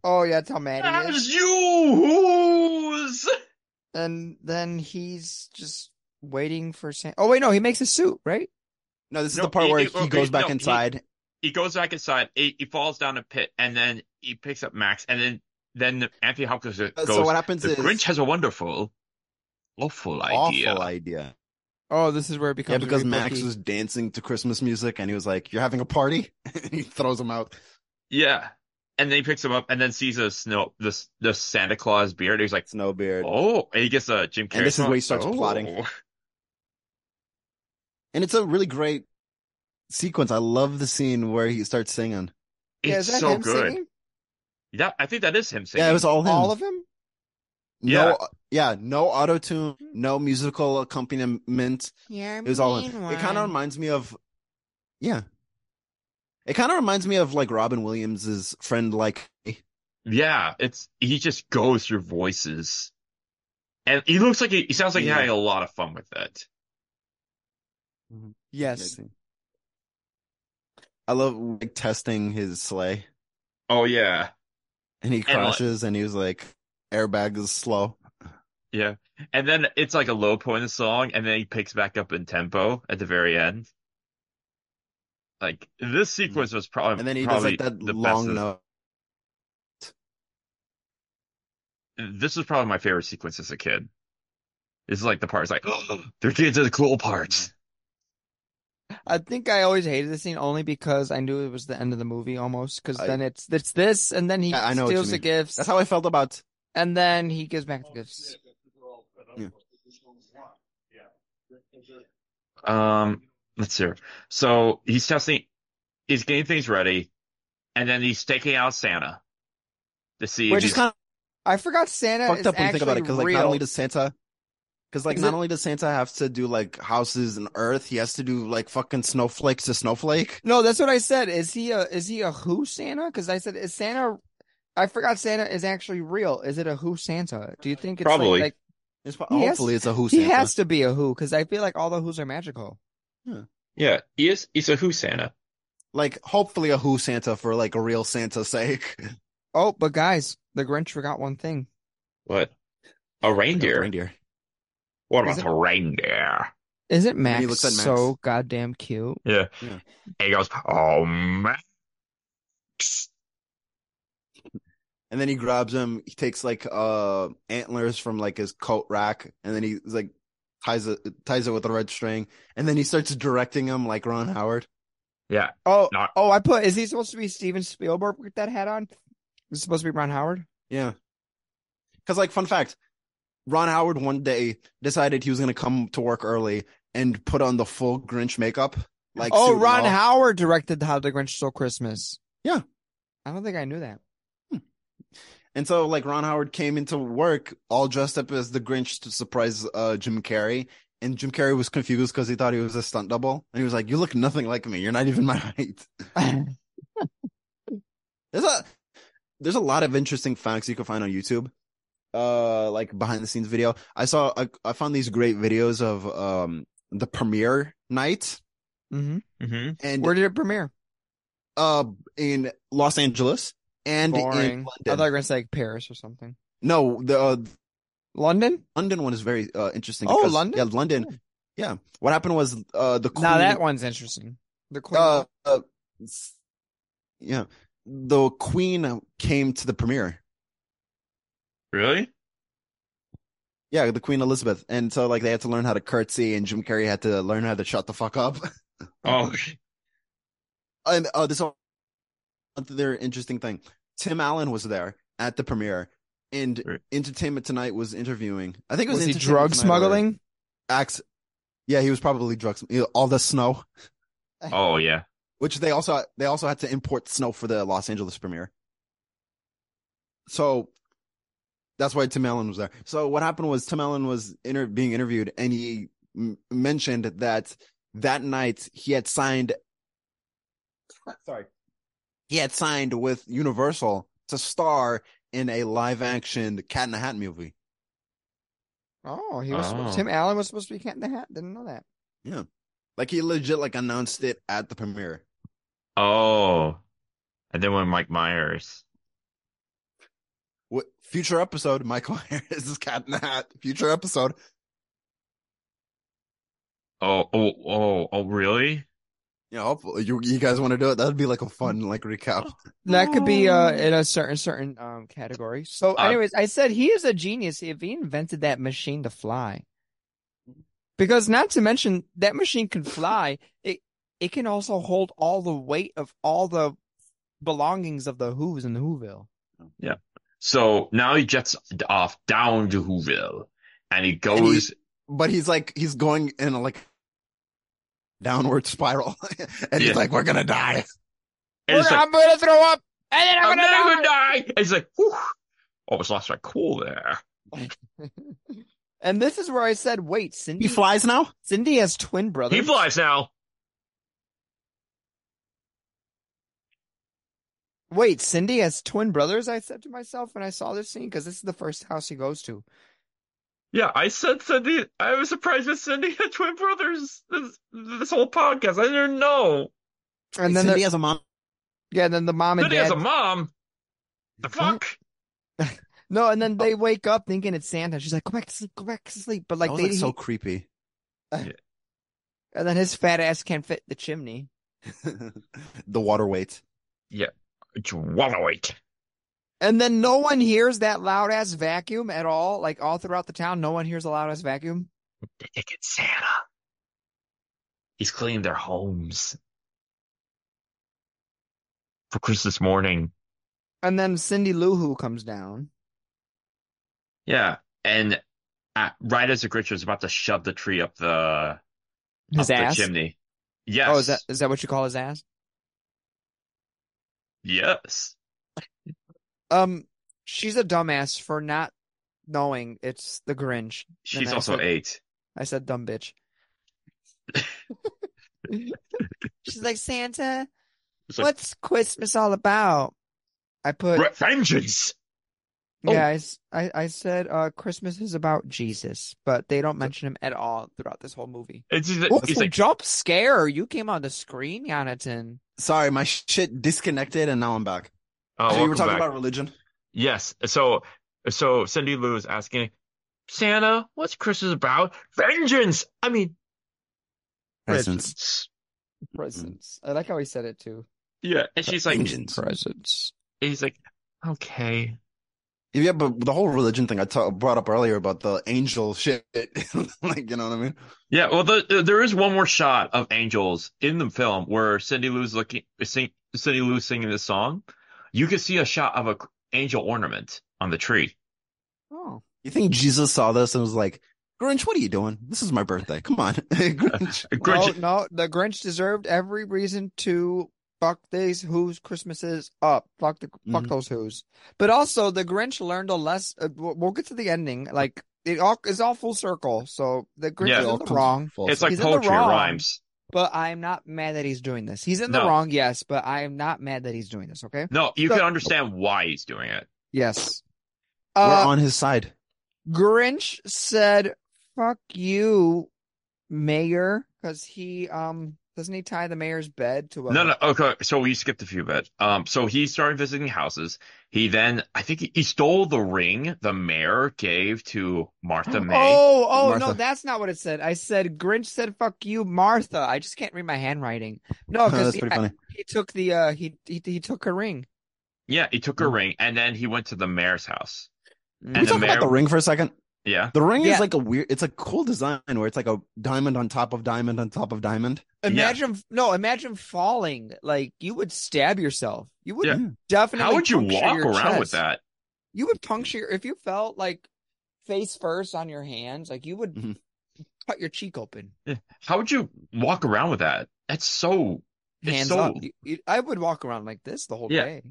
Oh yeah, that's how mad he is.
As you who's.
And then he's just waiting for Santa. Oh wait, no, he makes a suit, right?
No, this is
No,
the part
he-
where
he-
he,
well, he-
goes back
no, he-
inside.
he goes back inside. He, he falls down a pit, and then he picks up Max, and then then Anthony Hopkins goes,
Uh, so what happens
the
is
Grinch has a wonderful, awful idea.
awful idea.
Oh, this is where it becomes
Yeah, because Max
rebookie.
was dancing to Christmas music and he was like, "You're having a party," (laughs) and he throws him out.
Yeah. And then he picks him up and then sees a snow, the, the Santa Claus beard. He's like,
Snowbeard.
oh, and he gets a Jim Carrey.
And this is
smile.
where he starts
Oh.
plotting. And it's a really great sequence. I love the scene where he starts singing.
It's
yeah, is that
so
him
good.
singing?
Yeah, I think that is him singing.
Yeah, it was all him.
All of them?
No, yeah, no auto tune, no musical accompaniment.
Yeah,
It was all him. It kind of reminds me of, yeah. It kind of reminds me of like Robin Williams's friend, like
Yeah, it's he just goes through voices, and he looks like he, he sounds like he's
Yeah.
having a lot of fun with it.
Yes.
I love like testing his sleigh,
Oh yeah,
and he
like-
crashes, and he was like, "Airbag is slow."
yeah. And then it's like a low point in the song, and then he picks back up in tempo at the very end. Like this sequence was probably
Hmm. And then he
probably
does like that
the
long
best. of-
note.
This was probably my favorite sequence as a kid. This is like the part it's like (gasps) they're getting to the cool parts.
I think I always hated this scene only because I knew it was the end of the movie almost. Because
I-
then it's it's this, and then he
Yeah, I know what you
steals the
mean.
gifts,
That's how I felt about
and then he gives back the gifts.
Um, let's see. here. So he's testing, he's getting things ready, and then he's taking out Santa to see.
which
if
is
he's-
kind
I forgot Santa
fucked
is
up when you think about it
actually
because like
real.
not only does Santa because like
Is
not
it-
only does Santa have to do like houses and earth, he has to do like fucking snowflakes to snowflake.
No, that's what I said. Is he a is he a who Santa? Because I said is Santa. I forgot Santa is actually real. Is it a who Santa? Do you think it's like-
Probably.
like,
It's, pro-
He has-
hopefully, it's a who
he
Santa.
has to be a who? Because I feel like all the who's are magical.
Yeah, he is. He's a who Santa.
like hopefully a who Santa for like a real Santa's sake.
Oh, but guys, the Grinch forgot one thing.
What? A
(laughs)
reindeer.
Reindeer.
what
is
about
it-
the reindeer?
Isn't
he
Max,
looks at Max.
so goddamn cute?
Yeah.
Yeah.
And he goes, "Oh Max,
And then he grabs him. He takes like uh antlers from like his coat rack, and then he's like ties it ties it with a red string, and then he starts directing him like Ron Howard.
yeah,
Oh,
Not-
oh, I put. Is he supposed to be Steven Spielberg with that hat on? Is it supposed to be Ron Howard?
Yeah. Cause like fun fact, Ron Howard one day decided he was gonna come to work early and put on the full Grinch makeup. Like suit
oh,
and
Ron
all.
Howard directed How the Grinch Stole Christmas.
Yeah.
I don't think I
(laughs)
knew that.
And so like Ron Howard came into work all dressed up as the Grinch to surprise uh Jim Carrey. And Jim Carrey was confused because he thought he was a stunt double. And he was like, You look nothing like me. You're not even my (laughs) height.
Mm-hmm.
There's a there's a lot of interesting facts you can find on YouTube. Uh like behind the scenes video. I saw I, I found these great videos of um the premiere night
hmm
Mm-hmm.
and
Where did it premiere?
uh in Los Angeles and
Boring.
in
I thought you
London.
were gonna say like Paris or something.
No, the uh,
London?
London one is very uh interesting.
Oh,
because-
London?
Yeah, London. Yeah. What happened was uh the Queen
Now that one's interesting. The Queen.
uh, uh s- yeah, the Queen came to the premiere.
really?
Yeah, the Queen Elizabeth. And so like they had to learn how to curtsy and Jim Carrey had to learn how to shut the fuck up. (laughs)
Oh,
and uh this other interesting thing. Tim Allen was there at the premiere and
Right.
Entertainment Tonight was interviewing. I think it was,
was he
Entertainment
drug
Tonight or
smuggling?
Ax- yeah, he was probably drugs. All the snow.
oh yeah,
which they also they also had to import snow for the Los Angeles premiere. So that's why Tim Allen was there. So what happened was Tim Allen was inter- being interviewed, and he m- mentioned that that night he had signed. Sorry, he had signed with Universal to star in a live action Cat in the Hat movie.
Oh, he was.
Oh.
Tim Allen was supposed to be Cat in the Hat. Didn't know that.
Like he legit like announced it at the premiere.
oh, and then when Mike Myers,
What future episode? Michael (laughs) Harris is Cat in the Hat. Future episode.
oh, oh, oh, oh, really?
Yeah, hopefully you you guys want to do it. That'd be like a fun like recap.
That could be uh in a certain certain um category. So,
Uh,
anyways, I said he is a genius if he invented that machine to fly. Because not to mention that machine can fly. It it can also hold all the weight of all the belongings of the Who's in Whoville.
So now he jets off down to Whoville and he
And he-
goes,
But he's like he's going in a like downward spiral, (laughs) and
Yeah.
he's like, "We're gonna die."
and it's like,
I'm gonna throw up, (laughs) and then
I'm
I'm,
never
gonna
gonna
die.
die. And he's like, Whew. almost lost my cool there.
And this is where I said, wait, Cindy.
He flies now.
Cindy has twin brothers.
He flies now.
Wait, Cindy has twin brothers. I said to myself when I saw this scene because this is the first house he goes to.
Yeah, I said Cindy. I was surprised that Cindy had twin brothers this, this whole podcast. I didn't know.
And then,
Cindy
the,
has a mom.
yeah, and then the mom and
Cindy has
dad.
a mom. The fuck?
No, and then
Oh.
they wake up thinking it's Santa. She's like, "Go back to sleep, go back to sleep." But like,
that was
they,
like so creepy. (laughs)
and then his fat ass can't fit the chimney.
the water weight.
Swallow it.
And then no one hears that loud ass vacuum at all. Like all throughout the town, no one hears a loud ass vacuum.
They think it's Santa. He's cleaning their homes for Christmas morning.
And then Cindy Lou Who comes down.
Yeah, and uh, right as the Grinch was about to shove the tree up the
His
up
ass.
the chimney. Yes.
Oh, is that is that what you call his ass?
Yes.
Um, she's a dumbass for not knowing it's the Grinch.
She's
I
also
said-
eight.
I said
(laughs)
dumb bitch. She's like, Santa,
It's like-
what's Christmas all about? I put,
Re- Vengeance. oh.
yeah, I, s- I- I said uh, Christmas is about Jesus, but they don't mention him at all throughout this whole movie.
It's, it's,
Ooh,
it's like
jump scare. You came on the screen, Jonathan.
Sorry, my shit disconnected, and now I'm back.
oh,
so you were
welcome
talking
back.
about religion.
Yes. So so Cindy Lou is asking Santa, what's Christmas about? Vengeance. I mean,
Presents.
Presents. I like how he said it too.
Yeah, and she's like,
Vengeance.
Presents.
he's like, okay.
Yeah, but the whole religion thing I ta- brought up earlier about the angel shit, (laughs) like you know what I mean?
Yeah, well, the, uh, there is one more shot of angels in the film where Cindy Lou's looking, sing, Cindy Lou singing this song. You can see a shot of a cr- angel ornament on the tree.
Oh.
You think Jesus saw this and was like, "Grinch, what are you doing? This is my birthday. Come on, (laughs) Grinch."
Grinch,
No, no, the Grinch deserved every reason to fuck these who's Christmases up. Fuck the fuck
Mhm.
those who's. But also, the Grinch learned a less. Uh, we'll we'll get to the ending. Like it all is all full circle. So the Grinch
Yeah.
is
It all
in the
comes
wrong,
full
it's
circle.
like
He's in the
poetry, it
wrong.
rhymes.
but I am not mad that he's doing this. He's in the
No.
wrong, yes, but I am not mad that he's doing this. Okay.
No, you
So-
can understand why he's doing it.
Yes.
we're
Uh,
on his
(laughs)
side.
Grinch said, "Fuck you, Mayor," because he um doesn't he tie the mayor's bed to a
No, no,
uh,
okay. So we skipped a few bit. Um, so he started visiting houses. He then, I think, he, he stole the ring the mayor gave to Martha May.
Oh, oh no,
Martha.
that's not what it said. I said Grinch said "fuck you, Martha." I just can't read my handwriting. No, because
(laughs) That's
he,
pretty funny.
he took the uh, he, he he took her ring.
Yeah, he took
Mm.
her ring and then he went to the mayor's house.
Can we
and the
talk about
mayor-
the ring for a second?
Yeah,
The ring
Yeah.
is like a weird. It's a cool design where it's like a diamond on top of diamond on top of diamond.
Imagine no, imagine falling like you would stab yourself. You would
Yeah.
definitely.
how would you
puncture
walk
your
around with
chest.
that?
You would puncture your- if you felt like face first on your hands. Like you would
Mm-hmm.
Mhm.
cut your cheek open.
How would you walk around with that? That's so. It's
Hands
so-
up. You- you- I would walk around like this the whole
Yeah.
day.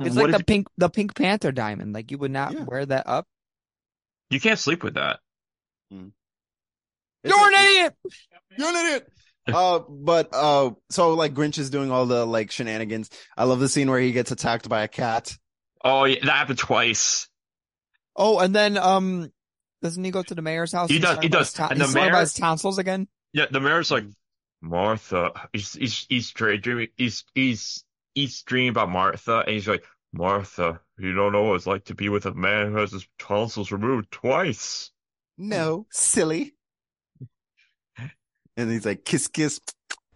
It's
what
like the
if-
pink the Pink Panther diamond. Like you would not
Yeah.
wear that up.
you can't sleep with that.
It's like-
idiot.
You're an idiot. (laughs) Uh, but uh, so like Grinch is doing all the like shenanigans. I love the scene where he gets attacked by a cat.
Oh, yeah, that happened twice.
Oh, and then um, doesn't he go to the mayor's house?
He
and
does-
talk
he
about
does.
his ton-
And the
he's talking about
mayor-
his tonsils again.
Yeah, the mayor's like Martha. He's he's he's tra- dreaming. He's he's he's dreaming about Martha, and he's like Martha. You don't know what it's like to be with a man who has his tonsils removed twice.
No, silly. And he's like, kiss, kiss.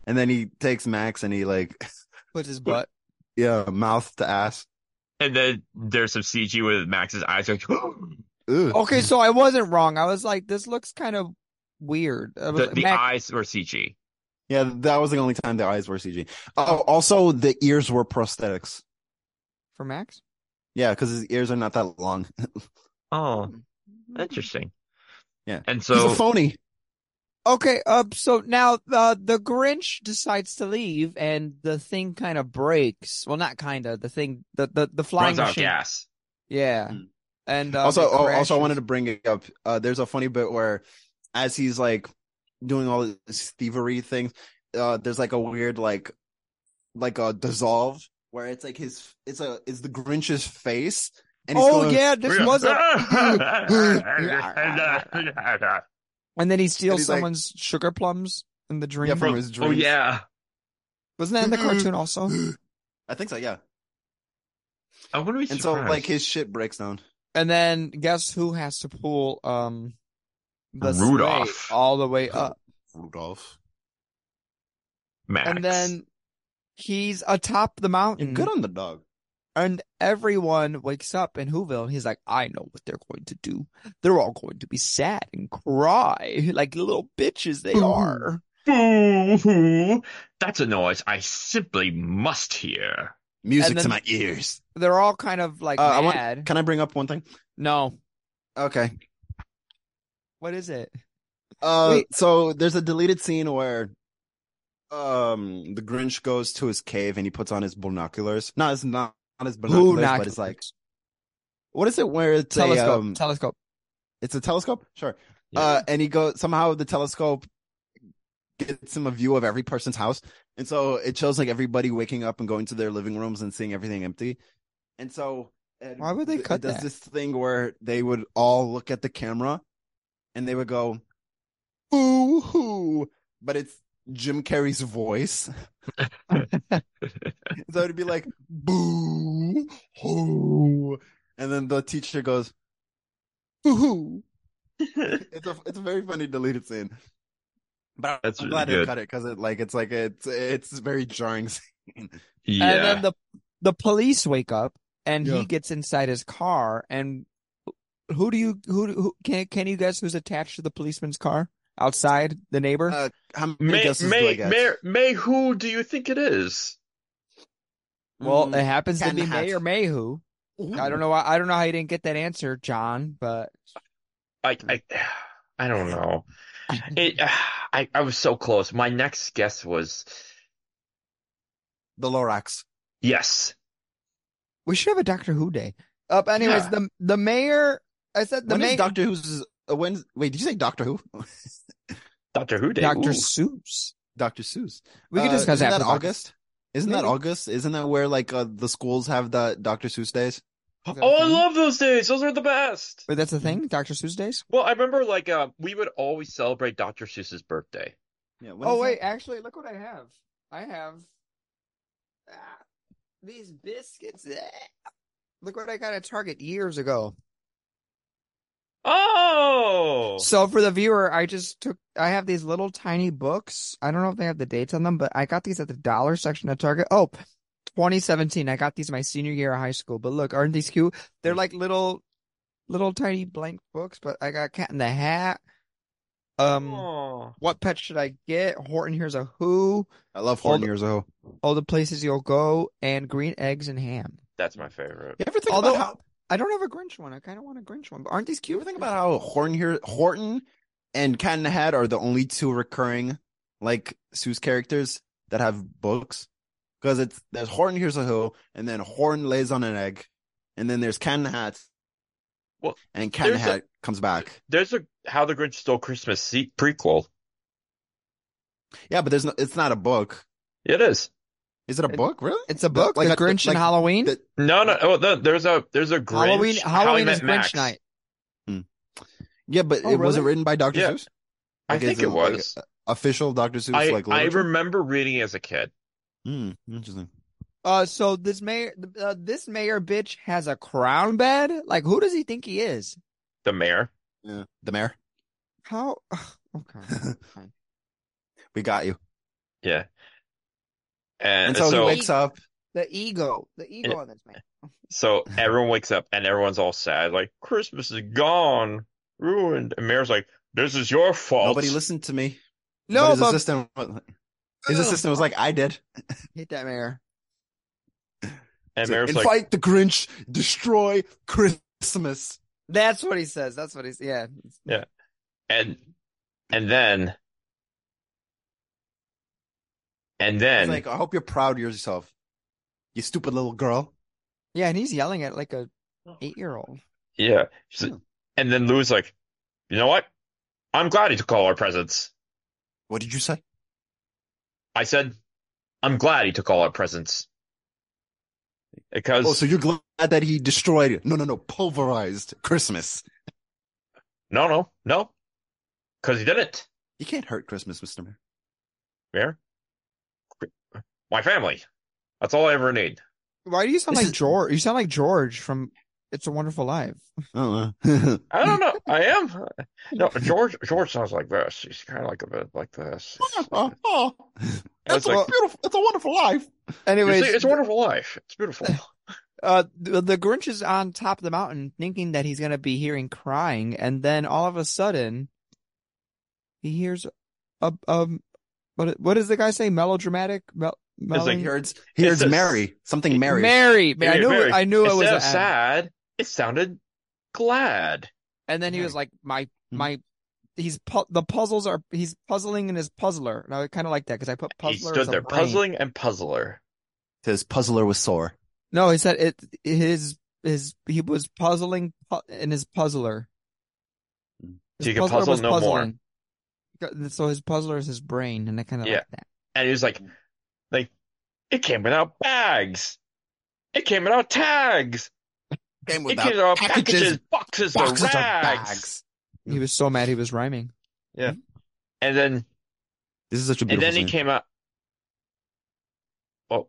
And then he takes Max and he like, (laughs)
Puts his butt.
yeah, mouth to ass.
And then there's some CG with Max's eyes (gasps) like,
Ugh.
Okay, so I wasn't wrong. I was like, this looks kind of weird. I was
the,
like,
the
Mac-
eyes were CG.
Yeah, that was the only time the eyes were CG. Oh, also the ears were prosthetics.
for Max.
Yeah, because his ears are not that long. (laughs)
Oh,
Mm-hmm.
interesting.
Yeah.
And
He's
so
a phony.
Okay, uh, so now uh, the Grinch decides to leave, and the thing kind of breaks. Well, not kind of. The thing, the the the flying
runs out Hmm. of
machine.
gas.
Yeah,
Mm.
and uh,
also,
it
oh, also, I
crashes.
wanted to bring it up. Uh, there's a funny bit where, as he's like doing all this thievery things, uh, there's like a weird like, like a dissolve where it's like his, it's a, it's the Grinch's face, and he's
oh
going,
yeah, this was a. (laughs) And then he
And
steals
he's like-
someone's sugar plums in the dream.
yeah, from
(laughs)
his
oh
dreams.
yeah.
Wasn't that in the
Mm-hmm.
(gasps)
cartoon also?
I think so. Yeah,
I wouldn't be
and so
surprised.
like his shit breaks down.
And then guess who has to pull um the sleigh
Rudolph.
all the way up.
Rudolph,
Max.
and then he's atop the mountain
good on the dog.
and everyone wakes up in Whoville and he's like, I know what they're going to do. They're all going to be sad and cry (laughs) like little bitches they
Boo.
are.
Boo hoo. That's a noise I simply must
(laughs)
hear.
Music
And then-
to my ears.
They're all kind of like
Uh, I want-
mad.
Can I bring up one thing?
No.
Okay.
What is it?
Uh,
Wait.
so there's a deleted scene where, um, the Grinch goes to his cave and he puts on his binoculars. No, it's not, not his binoculars, but it's like, what is it? Where it's
telescope.
a um,
telescope.
it's a telescope. Sure. Uh, and he goes somehow the telescope gets him a view of every person's house, and so it shows like everybody waking up and going to their living rooms and seeing everything empty. And so, and
Why would they
th-
cut
it does
that?
this thing where they would all look at the camera, and they would go, "Boo hoo!" But it's Jim Carrey's
(laughs)
voice, so it'd be like "Boo hoo," and then the teacher goes, "Boo hoo." it's a it's a very funny deleted scene. But
That's
I'm
really
glad they
good.
cut it because it like it's like it's it's a very jarring. (laughs) scene.
yeah.
And then the the police wake up and
Yeah.
he gets inside his car and who do you who, do- who can can you guess who's attached to the policeman's car outside the neighbor?
Uh, How many
May,
guesses do I
May,
get?
May, May, who do you think it is?
well, it
Mm,
happens to
Ken
be
Hatch.
Mayor Mayhew. I don't know why I don't know how you didn't get that answer, John, but
I, I, I don't know.
(laughs)
It, I, I was so close. My next guess was
the Lorax.
yes.
we should have a Doctor Who day. Up anyways,
Yeah.
the the mayor I said the
When is
mayor
Doctor Who's uh, when? Wait, did you say Doctor Who? (laughs)
Doctor Who Day.
Doctor
Ooh.
Seuss.
Doctor Seuss.
We can
Uh,
discuss
isn't
after
that
the podcast.
August. Isn't that
Maybe.
August? Isn't that where like uh, the schools have the Doctor Seuss days?
Is that a
Oh, I
thing?
love those days. Those are the best.
Wait,
Mm-hmm.
that's the thing, Doctor Seuss days.
Well, I remember like uh, we would always celebrate Dr. Seuss's birthday.
Yeah.
oh wait, actually, look what I have. I have ah, these biscuits. Ah. Look what I got at Target years ago.
Oh,
So for the viewer, I just took. I have these little tiny books. I don't know if they have the dates on them, but I got these at the dollar section at Target. Oh. 2017. I got these my senior year of high school. But look, aren't these cute? They're like little, little tiny blank books. But I got Cat in the Hat. Um,
Oh.
what pet should I get? Horton here's a who.
I love Horton
All the-
Years Ago.
all the places you'll go, and green eggs and ham.
that's my favorite.
You ever think
Although-
about how
I don't have a Grinch one. I kind of want a Grinch one, but aren't these
you
cute?
ever think about how Horton here Horton and Cat in the Hat are the only two recurring like Seuss characters that have books because it's there's Horton here's a who and then Horton lays on an egg and then there's Cat in the Hat
Well,
and Cat in the
there's a-
Hat comes back
There's a How the Grinch Stole Christmas se- prequel.
yeah but there's no it's not a book
It is.
is it a
It-
book really
It's a book,
Like
The
a-
Grinch
like
and Halloween.
the-
No, no. Oh, no, there's a there's a Grinch.
Halloween,
How I
Halloween is
Met Max.
Grinch night.
yeah but
Oh,
it wasn't
really?
written by Dr
Yeah.
Seuss
I
Like, is
think it
like,
was.
official Dr Seuss
I
like
I
literature?
remember reading as a kid.
Hmm, interesting
Uh, so this mayor, uh, this mayor bitch has a crown bed. Like, who does he think he is?
The mayor.
yeah the mayor
(laughs) How? ugh, (sighs) Okay.
we got you
Yeah. And,
And so,
so
he wakes up.
The ego, the ego on this man.
so everyone wakes up and everyone's all sad, like Christmas is gone, ruined. And Mayor's like, "This is your fault."
Nobody listened to me.
No,
his
but
assistant, his
Ugh.
assistant was like, "I did."
hit that mayor.
And Mayor's
Invite
like,
the Grinch, destroy Christmas.
That's what he says. That's what he's yeah.
and and then and
It's
then
like, I hope you're proud of yourself, you stupid little girl.
Yeah, and he's yelling at like a eight year old.
yeah, she's-
Yeah.
and then Lou's like, "You know what? I'm glad he took all our presents."
What did you say?
I said, "I'm glad he took all our presents." Because
Oh, so you're glad that he destroyed it? No, no, no, pulverized Christmas.
no, no, no, because he didn't.
You can't hurt Christmas, Mister Mayor.
Mayor, my family. That's all I ever need.
Why do you sound
This
like
is-
George? You sound like George from It's a Wonderful Life.
(laughs) Uh uh
I don't know. I
(laughs)
am. No, George. George sounds like this. He's kind of like a bit like this. It's like-
oh,
It's like,
beautiful. It's a wonderful life.
you
Anyways,
see, it's a wonderful life. It's beautiful.
uh, the, the Grinch is on top of the mountain thinking that he's gonna be hearing crying, and then all of a sudden, he hears a um, what what does the guy say? Melodramatic, mel,
It's like
He
melan-
hears, he hears
says-
Mary, something Mary.
Mary. Man, I
Yeah,
knew
Mary.
It, I knew it
Instead
was an
of
M.
sad, it sounded glad.
And then he
Mary.
was like, "My
Mm-hmm.
Mhm.
my." He's pu- the puzzles are he's puzzling in his puzzler, and I kind of like that because I put puzzler.
He
as
stood
a
there
brain.
puzzling and puzzler.
His puzzler was sore.
No, he said it. His his he was puzzling pu- in his puzzler.
So
you can Mm. puzzle no more.
more. So his puzzler is his brain, and I kind of
Yeah.
like that.
And he was like, like, it came without bags. It came without tags.
Came
It came without packages, boxes, or
boxes, or
rags.
bags.
He was so mad he was rhyming.
And then
This is such a
and
beautiful
then he
scene.
came out. Oh,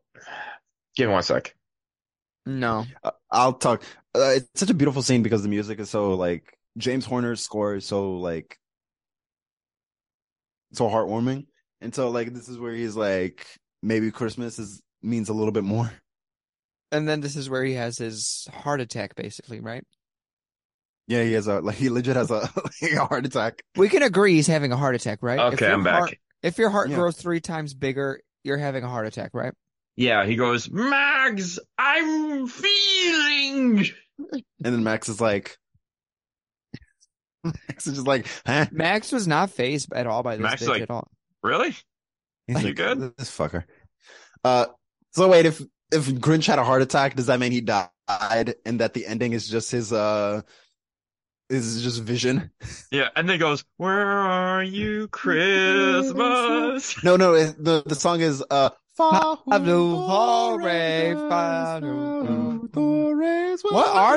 give me one sec.
No,
Uh, I'll talk. Uh, it's such a beautiful scene because the music is so like James Horner's score is so like so heartwarming, and so like this is where he's like maybe Christmas is means a little bit more. (laughs)
and then this is where he has his heart attack, basically, right?
Yeah, he has a like he legit has a, (laughs) like, a heart attack.
We can agree he's having a heart attack, right? If
Okay,
your
I'm back.
heart- if your heart
Yeah.
grows three times bigger, you're having a heart attack, right?
Yeah, he goes, Mags, I'm feeling.
And then Max is like, (laughs) Max is just like, huh?
Max was not phased at all by this
Max,
bitch
like-
at all.
Really?
He's
Is it
like,
good?
This fucker. Uh, so wait, if if Grinch had a heart attack, does that mean he died, and that the ending is just his uh, is just vision? (laughs)
Yeah, and then he goes, Where are you, Christmas?
No, no, it, the the song is uh.
What
What
are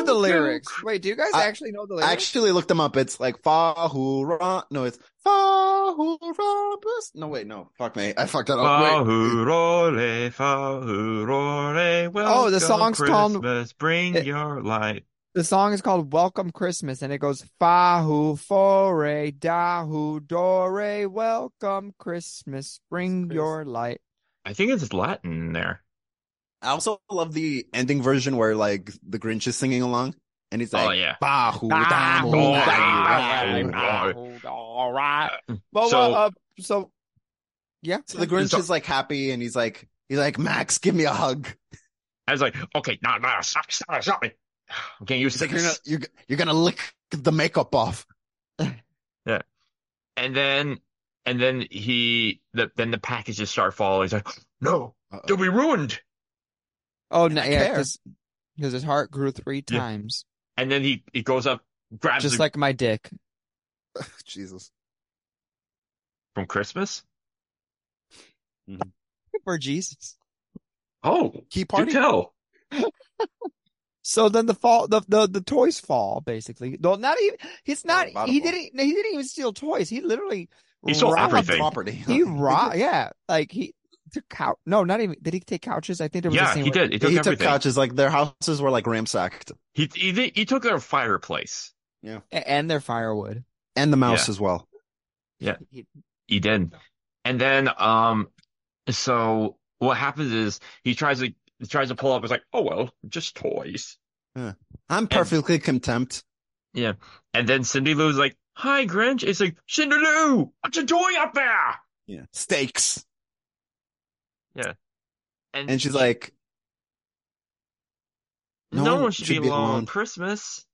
the lyrics? Wait, do you guys
I-
actually know the lyrics?
I actually looked them up. It's like Fahura. No, it's Fahura. No, wait, no. Fuck me. I fucked that up.
Oh,
wait.
Fahurore, fahurore,
Oh,
welcome
the song's called-
Christmas, bring
It-
your light.
The song is called Welcome Christmas and it goes Fahu Fore Dahu Dore Welcome Christmas Bring
Christmas.
your light.
I think it's Latin in there.
I also love the ending version where like the Grinch is singing along and he's
Oh,
like,
yeah.
Bahu,
Ah,
dahu,
Dore, Dahu,
dahu, dahu."
Dahu,
All right. But
So-
well, uh, so yeah.
So the Grinch
So-
is like happy and he's like, he's like, Max, give me a hug.
I was like, Okay, no, no, stop, stop, stop me. (sighs) I'm getting used
He's
to
like, you're (laughs) gonna,
this.
you're, you're gonna lick the makeup off.
And then, and then he, the, then the packages start falling. He's like, No,
Uh-oh.
they'll be ruined.
Oh no, yeah,
care.
because his heart grew three
Yeah.
times,
And then he, he goes up, grabs
just
it
like my dick.
Jesus.
from Christmas.
For Jesus.
Oh,
Key
do
party.
tell.
So then the fall, the the, the toys fall basically. No, not even. He's not.
about
he
them all.
didn't. He didn't even steal toys. He literally.
He stole
robbed
everything.
Property. (laughs)
He robbed. Yeah, like he took couch. No, not even. Did he take couches? I think there was. a
Yeah,
scene
he
where-
did. He took
He took
everything.
couches. Like their houses were like ransacked.
He, he did- he took their fireplace.
A- and their firewood.
And the mouse as well.
He did. And then um so
what happens is he tries to he tries to pull up. It's like, oh well, just toys.
I'm perfectly contempt.
And then Cindy Lou's like, hi, Grinch. It's like, Cindy Lou, what's a toy up there?
Yeah. Stakes.
And,
And she's like,
no, one should, be, alone on Christmas.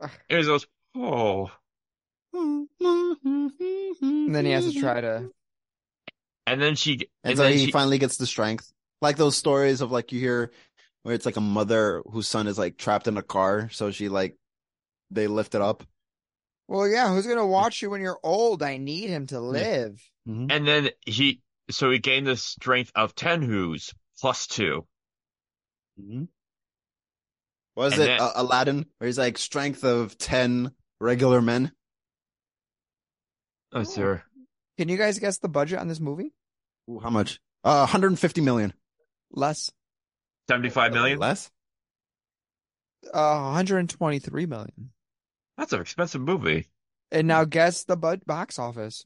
Ugh.
And he goes, oh.
And then he has to try to.
And then she,
And
and
so
then
he
she,
finally gets the strength. Like those stories of like you hear where it's like a mother whose son is like trapped in a car. So she like, they lift it up.
Well, yeah. Who's gonna watch you when you're old? I need him to live.
and then he, so he gained the strength of 10 who's plus two.
Was
Mm-hmm. And
it
then-
uh, Aladdin where he's like strength of 10 regular men?
Oh, sir.
Can you guys guess the budget on this movie?
Ooh, how much? Uh, 150 million.
Less.
75 million?
Less?
Uh, 123 million.
That's an expensive movie.
And now guess the bud- box office.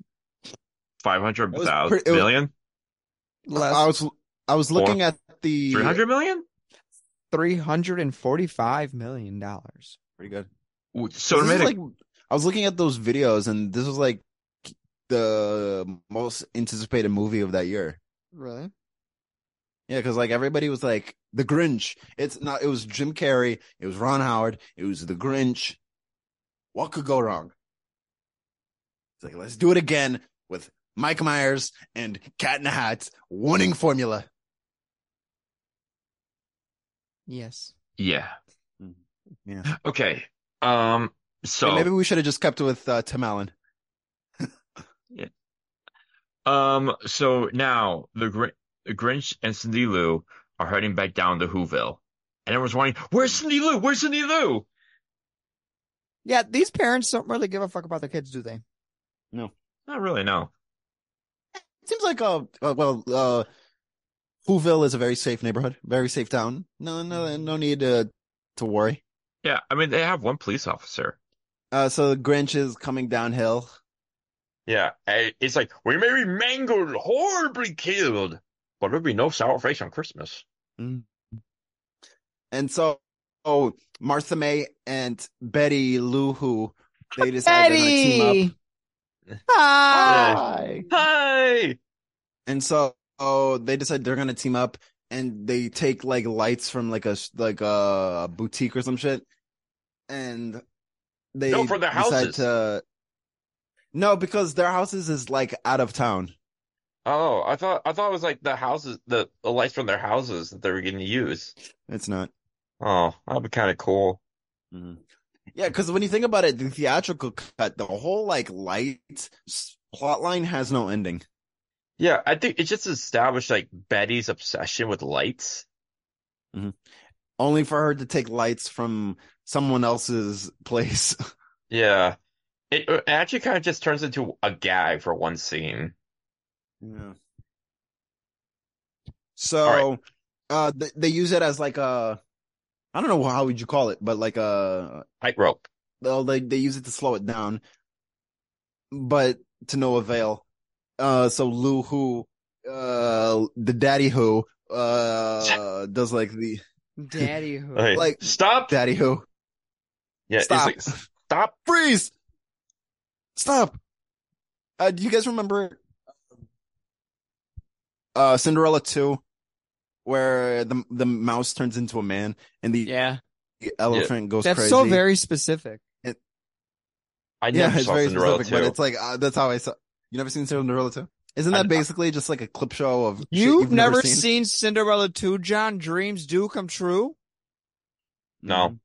Five hundred
It was
thousand
pretty- it was-
million?
Less
I was, I was looking at the.
300 million?
345 million dollars.
Pretty good.
Ooh, So it
This
made
is
a-
like I was looking at those videos, and this was like the most anticipated movie of that year.
Really?
Yeah, because like everybody was like the Grinch. It's not. It was Jim Carrey. It was Ron Howard. It was the Grinch. What could go wrong? It's like let's do it again with Mike Myers and Cat in a Hat. Winning formula.
Yes.
yeah.
Mhm. Yeah.
Okay. Um,
And
so,
maybe we should have just kept it with uh, Tim Allen.
um, so now the Gr- Grinch and Cindy Lou are heading back down to Whoville. And everyone's wondering, where's Cindy Lou? Where's Cindy Lou?
Yeah, these parents don't really give a fuck about their kids, do they?
Not really, no.
seems like uh, uh well uh Whoville is a very safe neighborhood, very safe town. No no
Mm-hmm.
no need to to worry.
Yeah, I mean, they have one police officer.
Uh so Grinch is coming downhill.
Yeah, and it's like, we may be mangled, horribly killed, but there'll be no sour face on Christmas.
And so oh Martha May and Betty Lou Who
(laughs)
they decide they're gonna team up.
Eddie! Hi!
Hi!
And so oh they decide they're gonna team up and they take like lights from like a s- like uh, a boutique or some shit. And they
No, from their
decide
houses.
to No, because their houses is like out of town.
Oh, I thought I thought it was like the houses, the, the lights from their houses that they were going to use.
It's not.
Oh, that'd be kind of cool.
Mm-hmm. Yeah, because when you think about it, the theatrical cut, the whole like light s- plot line has no ending.
Yeah, I think it just established like Betty's obsession with lights.
Only for her to take lights from someone else's place. (laughs)
Yeah, it, it actually kind of just turns into a gag for one scene.
Yeah. So,
All
uh, they, they use it as like a, I don't know how would you call it, but like a,
Tightrope.
well, they they use it to slow it down, but to no avail. Uh, so Lou Who, uh, the daddy Who, uh, does like the
Daddy who?
Like,
Like-
stop.
daddy Who.
(laughs) Yeah, it's
stop.
like stop.
freeze stop uh do you guys remember uh cinderella 2 where the the mouse turns into a man and the
Yeah.
elephant goes
That's
crazy
so very specific.
I
yeah
never
it's
saw
very
Cinderella
specific but
2.
it's like uh, that's how i saw you never seen cinderella 2 isn't
I-
that basically just like a clip show of shit
You've, never, seen Cinderella 2, John? Dreams do come true?
No.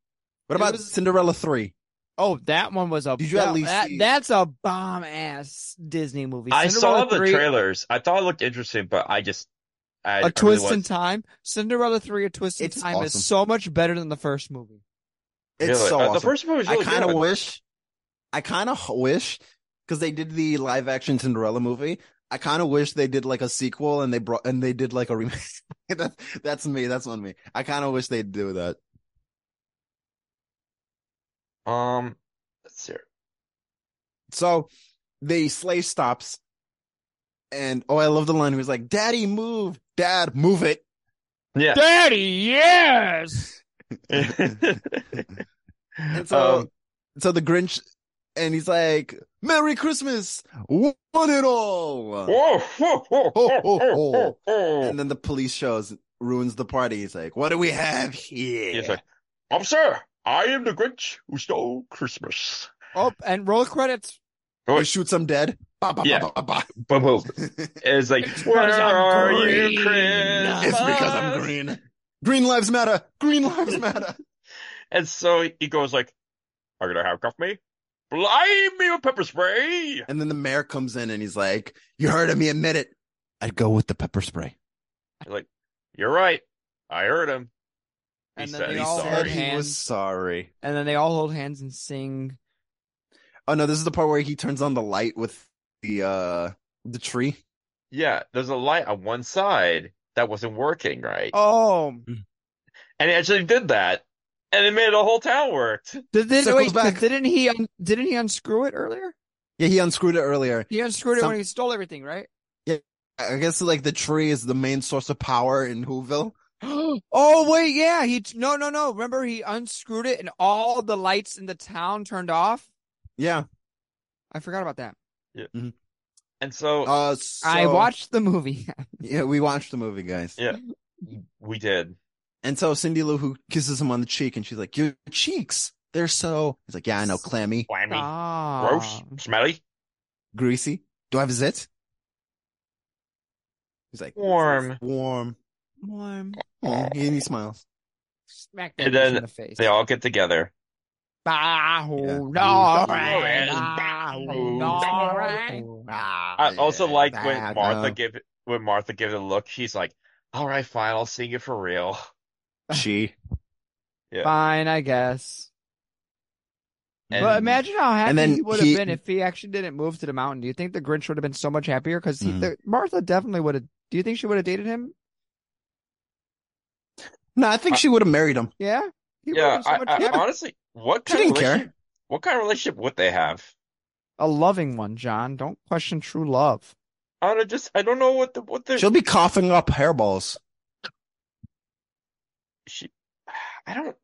what
It
about
was-
cinderella 3
Oh, that one was a
Did you at least
that-
see-
that's a bomb ass Disney movie.
I
Cinderella
saw the
3,
trailers. I thought it looked interesting, but I just I, I
A
really
Twist in
wasn't-
Time. Cinderella 3 A Twist in
It's
Time
awesome.
is so much better than the first movie.
it's
really.
so
Uh, the
awesome
first movie was
I
really
kind of
good.
wish, I kind of wish, because they did the live action Cinderella movie. I kind of wish they did like a sequel and they brought and they did like a remake. (laughs) that, that's me. That's on me. I kind of wish they'd do that.
Um, let's see. here.
So the sleigh stops, And oh, I love the line. He was like, "Daddy, move! Dad, move it!"
Yeah.
Daddy, yes.
(laughs)
(laughs)
And so, Um, so the Grinch, and he's like, "Merry Christmas, want it all!"
Whoa, whoa, whoa,
Ho, ho,
whoa,
ho.
whoa, whoa.
And then the police shows, ruins the party. He's like, "What do we have here?"
He's like, Officer, I am the Grinch who stole Christmas.
Oh, and roll credits.
"We shoot some dead." Ba, ba,
Yeah.
ba, ba, (laughs) ba.
But well, it's like,
It's
where
because I'm
are
green.
you, Chris?
It's because I'm green. Green lives matter. Green lives matter. (laughs)
And so he goes like, "Are you gonna handcuff me? Blind me with pepper spray."
and then the mayor comes in and he's like, "You heard of me? Admit it." I'd go with the pepper spray.
You're right. I heard him. He
And then
said
they
he's
all
sorry.
heard
Said he was
hands.
sorry.
And then they all hold hands and sing.
Oh no, this is the part where he turns on the light with the uh the tree.
Yeah, there's a light on one side that wasn't working right,
Oh,
and he actually did that, and it made the whole town worked.
did, did,
Circles
wait,
back.
didn't he? Un, didn't he unscrew it earlier?
Yeah, he unscrewed it earlier.
He unscrewed it
Some-
when he stole everything, right?
I guess like the tree is the main source of power in Whoville.
oh wait, yeah. He no, no, no. Remember, he unscrewed it, and all the lights in the town turned off.
Yeah.
I forgot about that.
And so
Uh so,
I watched the movie. (laughs)
Yeah, we watched the movie, guys.
Yeah. we did.
And so Cindy Lou Who kisses him on the cheek and she's like, Your cheeks, they're so he's like, Yeah, I know, clammy,
Whammy,
Ah.
gross, smelly,
greasy. Do I have a zit? He's like
warm.
warm.
Warm.
Aw, And he smiles. (laughs)
Smack that
And
bitch in
then
the face.
They all get together.
Bah,
Yeah.
oh,
Bah,
no, right, bah, oh, no, right.
I also like when
Back
Martha
up.
gave when Martha gave it a look. She's like, "All right, fine, I'll sing it for real."
She.
Fine, I guess.
And
but imagine how happy
and then
he would have
he-
been if he actually didn't move to the mountain. Do you think the Grinch would have been so much happier? Because
Hmm.
Mhm.
the, Martha definitely would have. Do you think she would have dated him?
No, I think she would have married him.
Yeah. He would
yeah,
have been so
I,
much
I,
happier.
honestly, what
She
kind of
didn't care.
relationship? What kind of relationship would they have?
a loving one, John. Don't question true love.
I don't just I don't know what the what the
She'll be coughing up hairballs.
she, I don't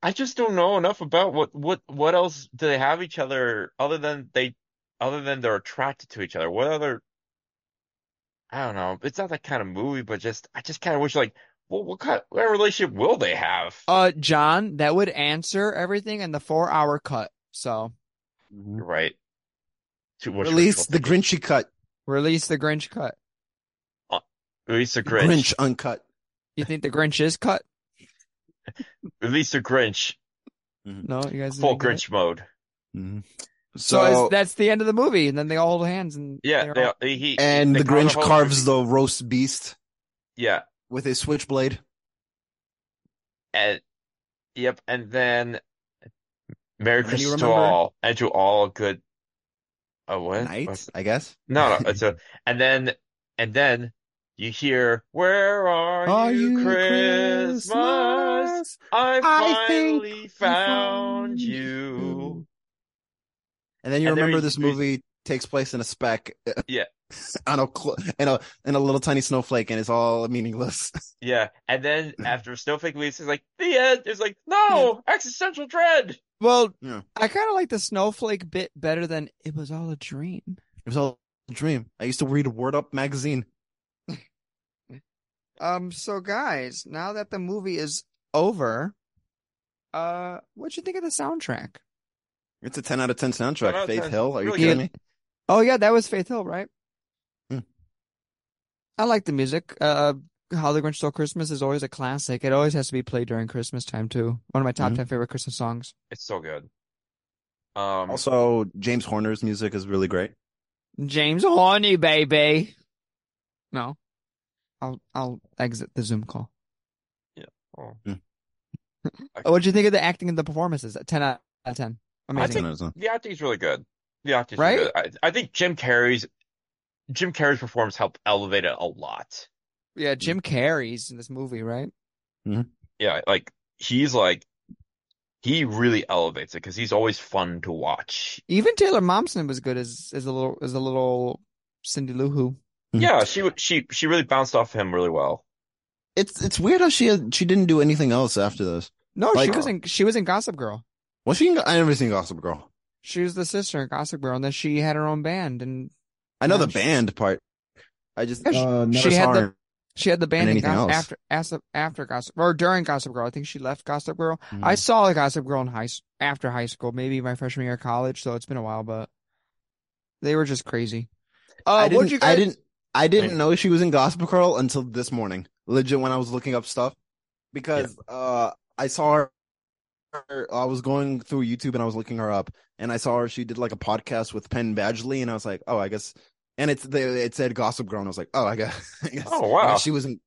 I just don't know enough about what what what else do they have each other other than they other than they're attracted to each other. What other I don't know. It's not that kind of movie, but just I just kind of wish like well, what kind what kind of relationship will they have?
Uh, John, that would answer everything in the four-hour cut. So
You're right. Too much
Release
ritual
the
thinking.
Grinchy cut.
release the Grinch cut.
Release the
Grinch.
Grinch.
uncut.
You think the Grinch is cut?
Release the Grinch.
No, you guys.
Full
didn't get it?
Grinch mode. Mm-hmm.
So,
So,
it's that's the end of the movie, and then they all hold hands and
Yeah,
they're
they,
all-
he- he
and
they
the
call
Grinch
whole
carves
movie-
the roast beast
Yeah.
with his switchblade.
And yep, and then Merry
And then you
Christmas to
remember-
all and to all good uh what?
Night, I guess.
No, no,
(laughs)
it's a and then and then you hear Where are, you, Christmas? I
I think
finally found you.
And then you
And there
remember
is-
this movie takes place in a speck. (laughs)
Yeah.
on a cl- in a in a little tiny snowflake, and it's all meaningless. (laughs)
Yeah. And then after Snowflake leaves, he's like, the end. It's like, no, existential dread.
Well,
Yeah.
I kind of like the snowflake bit better than it was all a dream.
It was all a dream. I used to read Word Up magazine.
Um, so guys, now that the movie is over, uh, what'd you think of the soundtrack?
It's a ten out of ten soundtrack.
10 out of
Faith
10.
Hill, are you
Really
kidding
good.
me?
Oh yeah, that was Faith Hill, right?
Hmm.
I like the music. Uh, How the Grinch Stole Christmas is always a classic. It always has to be played during Christmas time too. One of my top
Mhm.
ten favorite Christmas songs.
It's so good. Um,
Also, James Horner's music is really great.
James Horny, baby. No, I'll I'll exit the Zoom call.
oh,
What'd you think of the acting and the performances? Ten out of ten. Amazing.
think- the acting's really good. The acting's
Right?
really good. I, I think Jim Carrey's Jim Carrey's performance helped elevate it a lot.
yeah, Jim Carrey's in this movie, right?
Yeah, like he's like he really elevates it because he's always fun to watch.
Even Taylor Momsen was good as as a little as a little Cindy Lou Who.
Yeah, she w- she she really bounced off him really well.
It's it's weird how she had, she didn't do anything else after this.
No, she
Like-
was in she was in Gossip Girl.
Was she? In, I never seen Gossip Girl.
She was the sister in Gossip Girl, and then she had her own band, and
I know
Yeah,
the
she-
band part. I just
Yeah, she-
uh, never
she had
saw
the-
her.
she had the band in
anything
Gossip,
else.
after after after Gossip or during Gossip Girl. I think she left Gossip Girl.
Mm-hmm.
I saw a Gossip Girl in high s- after high school, maybe my freshman year of college. So it's been a while, but they were just crazy. Uh,
I
what
didn't,
you
I
guys?
didn't. I didn't know she was in Gossip Girl until this morning. Legit, when I was looking up stuff, because uh, I saw her, her- I was going through YouTube and I was looking her up, and I saw her. She did like a podcast with Penn Badgley, and I was like, oh, I guess. And it's the it said Gossip Girl, and I was like, oh, I guess. (laughs) I guess
Oh, wow.
I guess she was in.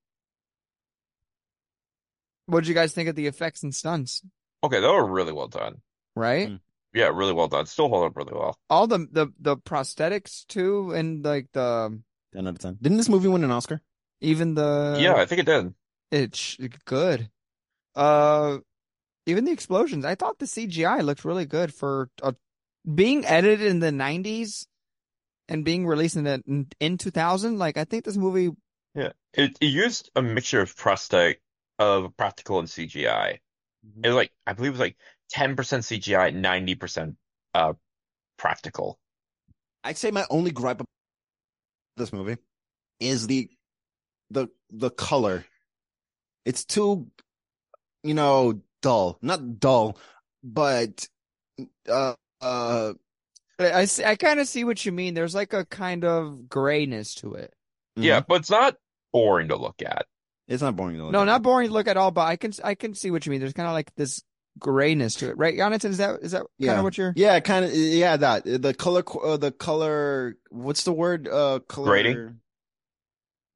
What did you guys think of the effects and stunts?
Okay, they were really well done.
Right,
Mm.
Yeah, really well done. Still hold up really well.
all the the the prosthetics too, and like the
Ten out of ten. Didn't this movie win an Oscar?
even the
Yeah, I think it did.
It's good. Uh, even the explosions. I thought the CGI looked really good for uh, being edited in the '90s and being released in the, in, in 2000. Like, I think this movie.
It, it used a mixture of prosthetic, of practical and CGI. It was like I believe it was like 10% CGI, 90% uh practical.
I'd say my only gripe about this movie is the the the color. It's too, you know, dull. Not dull, but uh uh
But I see, I kind of see what you mean. There's like a kind of grayness to it.
Yeah,
Mm-hmm.
but it's not boring to look at.
It's not boring though.
No, not boring to look at all, but I can I can see what you mean. There's kind of like this grayness to it, right? Jonathan, is that is that kind
Yeah.
of what you're?
Yeah, kind of. Yeah, that the color, qu- uh, the color. What's the word? Uh, color.
Grading?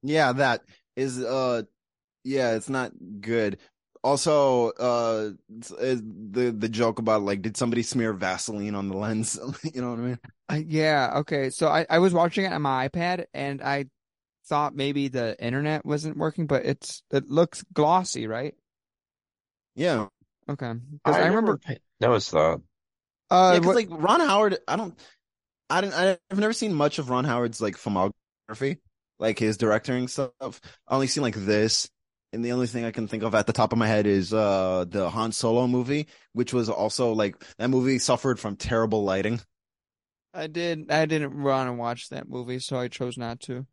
Yeah, that is. Uh, yeah, it's not good. Also, uh, it's- it's the the joke about like, did somebody smear Vaseline on the lens? (laughs) you know what I mean?
I, yeah, okay. So I, I was watching it on my iPad and I thought maybe the internet wasn't working, but it's it looks glossy, right?
Yeah,
Okay. Because I, remember
never noticed that.
uh
yeah. Because
what-
like Ron Howard, I don't, I don't, I've never seen much of Ron Howard's like filmography, like his directing stuff. I only seen like this, and the only thing I can think of at the top of my head is uh the Han Solo movie, which was also like that movie suffered from terrible lighting.
I did I didn't want to watch that movie, so I chose not to.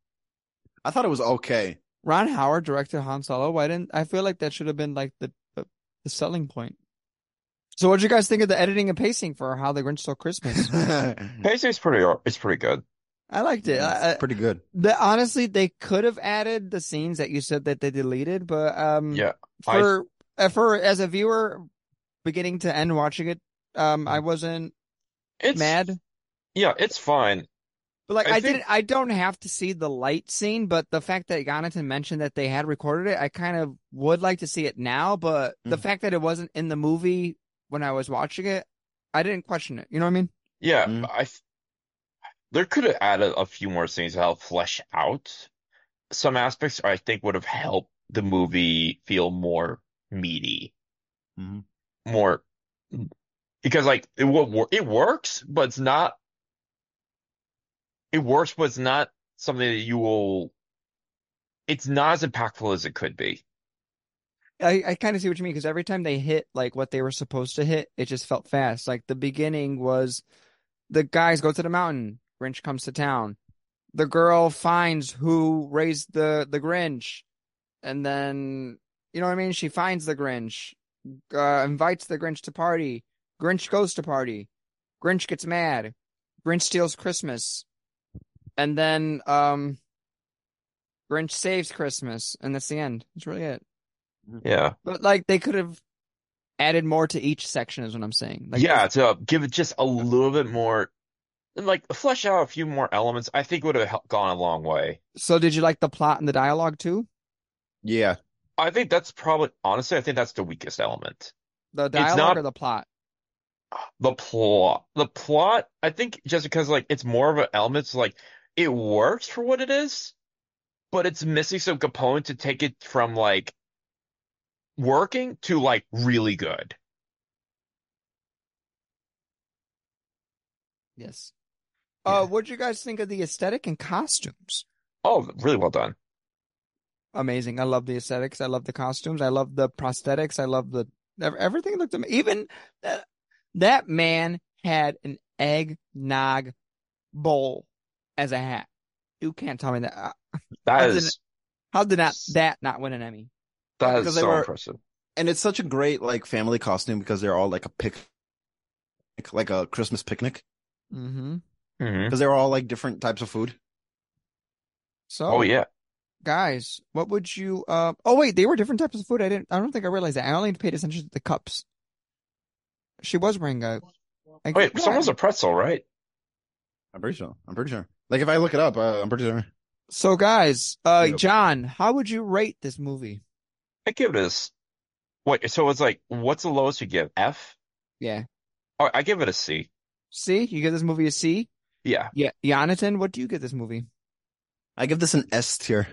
I thought it was
(laughs)
okay.
Ron Howard directed Han Solo. Why didn't I feel like that should have been like the the, the selling point? So what would you guys think of the editing and pacing for How the Grinch
(laughs)
Stole Christmas? Mm.
It's
Pacing's pretty it's pretty good.
I liked it. I, I,
pretty good.
the, honestly, they could have added the scenes that you said that they deleted, but um,
Yeah. I-
for uh, for as a viewer beginning to end watching it um
Mm.
i wasn't
It's
mad
yeah, it's fine.
but like
I
i,
think-
didn't i don't have to see the light scene but the fact that jonathan mentioned that they had recorded it i kind of would like to see it now but the
Mm.
fact that it wasn't in the movie when i was watching it i didn't question it you know what i mean
Yeah,
Mm.
I f- there could have added a few more things to help flesh out some aspects I think would have helped the movie feel more meaty,
Mhm.
more because like it wo- wo- it works, but it's not it works, but it's not something that you will it's not as impactful as it could be.
I, I kind of see what you mean because every time they hit like what they were supposed to hit, it just felt fast. Like the beginning was the guys go to the mountain, Grinch comes to town. The girl finds who raised the the Grinch, and then you know what I mean. She finds the Grinch, uh, invites the Grinch to party. Grinch goes to party. Grinch gets mad. Grinch steals Christmas, and then um, Grinch saves Christmas, and that's the end. That's really it.
Yeah.
But like they could have added more to each section is what I'm saying. Like
yeah, to uh, give it just a little bit more, like flesh out a few more elements, I think would have hel- gone a long way.
So did you like the plot and the dialogue too?
Yeah,
I think that's probably, honestly, I think that's the weakest element.
The
not-
dialogue or the plot?
The plot, the plot, I think just because like it's more of an element, so like it works for what it is, but it's missing some component to take it from like working to like really good.
Yes. Uh, what would you guys think of the aesthetic and costumes?
Oh, really well done.
amazing. I love the aesthetics. I love the costumes. I love the prosthetics. I love the ev- everything looked amazing. Even that, that man had an eggnog bowl as a hat. You can't tell me that. Uh,
That
Other than-
is
How did not that not win an Emmy?
that
because
is
they
so
were-
impressive.
and it's such a great like family costume because they're all like a pic, like a Christmas picnic
Mm-hmm.
Mhm.
because they're all like different types of food.
So,
Oh yeah.
guys, what would you? Uh, oh wait, they were different types of food. I didn't. I don't think I realized that. I only paid attention to the cups. She was wearing a. I-
Wait,
yeah.
someone's a pretzel, right?
I'm pretty sure. I'm pretty sure. Like if I look it up, uh, I'm pretty sure.
So, guys, uh,
Yep.
John, how would you rate this movie?
I give it a s Wait, so it's like, what's the lowest you give? F?
Yeah.
Oh, I give it a C.
C? You give this movie a C?
Yeah.
Yeah. Jonathan, what do you give this movie?
I give this an S tier.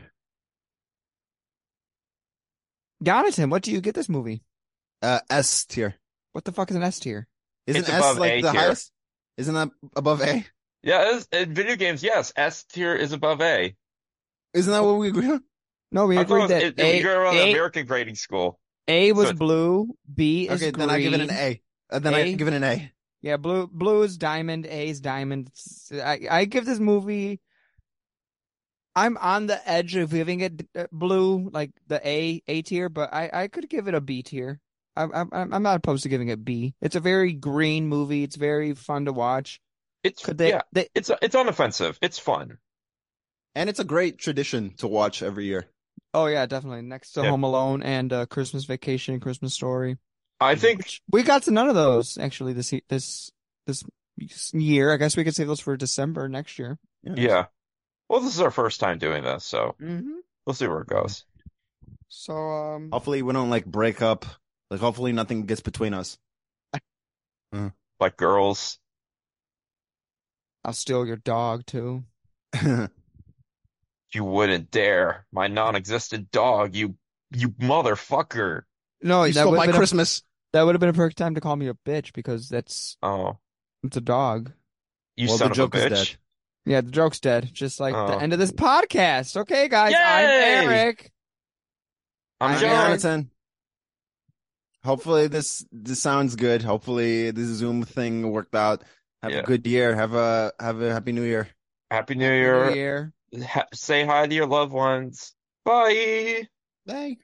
Jonathan, what do you get this movie?
Uh, S tier.
What the fuck is an S tier?
Isn't
It's
S
above
like
A
the
tier.
highest? Isn't that above A?
Yeah, it is, in video games, yes, S tier is above A.
Isn't that what we agree on?
No, we
I thought
agreed
it was,
that
it,
A,
we grew up in
A-
American grading school.
A was
so it's-
blue, B is
Okay,
green.
then I give it an A. Uh, then I
A?
give it an A.
Yeah, blue, blue is diamond, A is diamond. S- I, I give this movie. I'm on the edge of giving it uh, blue, like the A A tier, but I, I could give it a B tier. I'm I'm I'm not opposed to giving it B. It's a very green movie. It's very fun to watch.
It's,
Could they?
yeah,
they
it's, it's unoffensive. It's fun.
And it's a great tradition to watch every year.
Oh yeah, definitely. Next to
Yeah.
Home Alone and uh, Christmas Vacation, Christmas Story.
I think,
Which we got to none of those actually this ye- this this year. I guess we could save those for December next year.
yeah. Well, this is our first time doing this, so
Mm-hmm.
we'll see where it goes.
So um,
Hopefully we don't like break up. Like hopefully nothing gets between us. (laughs)
Like girls.
I'll steal your dog too.
You wouldn't dare. My non-existent dog, you, you motherfucker.
No,
you
that
stole
would
my
have been a,
Christmas.
that would have been a perfect time to call me a bitch because that's
Oh,
it's a dog.
you
well,
son of
the
a
joke is
bitch.
dead.
Yeah, the joke's dead. Just like
Oh.
the end of this podcast. Okay, guys, I'm
Yay!
Eric.
I'm
I'm
John.
Aaron.
Jonathan. Hopefully this this sounds good. Hopefully this Zoom thing worked out. Have
Yeah.
a good year. Have a have a happy new year.
Happy New
Happy
Year.
New Year.
ha- say hi to your loved ones. Bye.
Bye.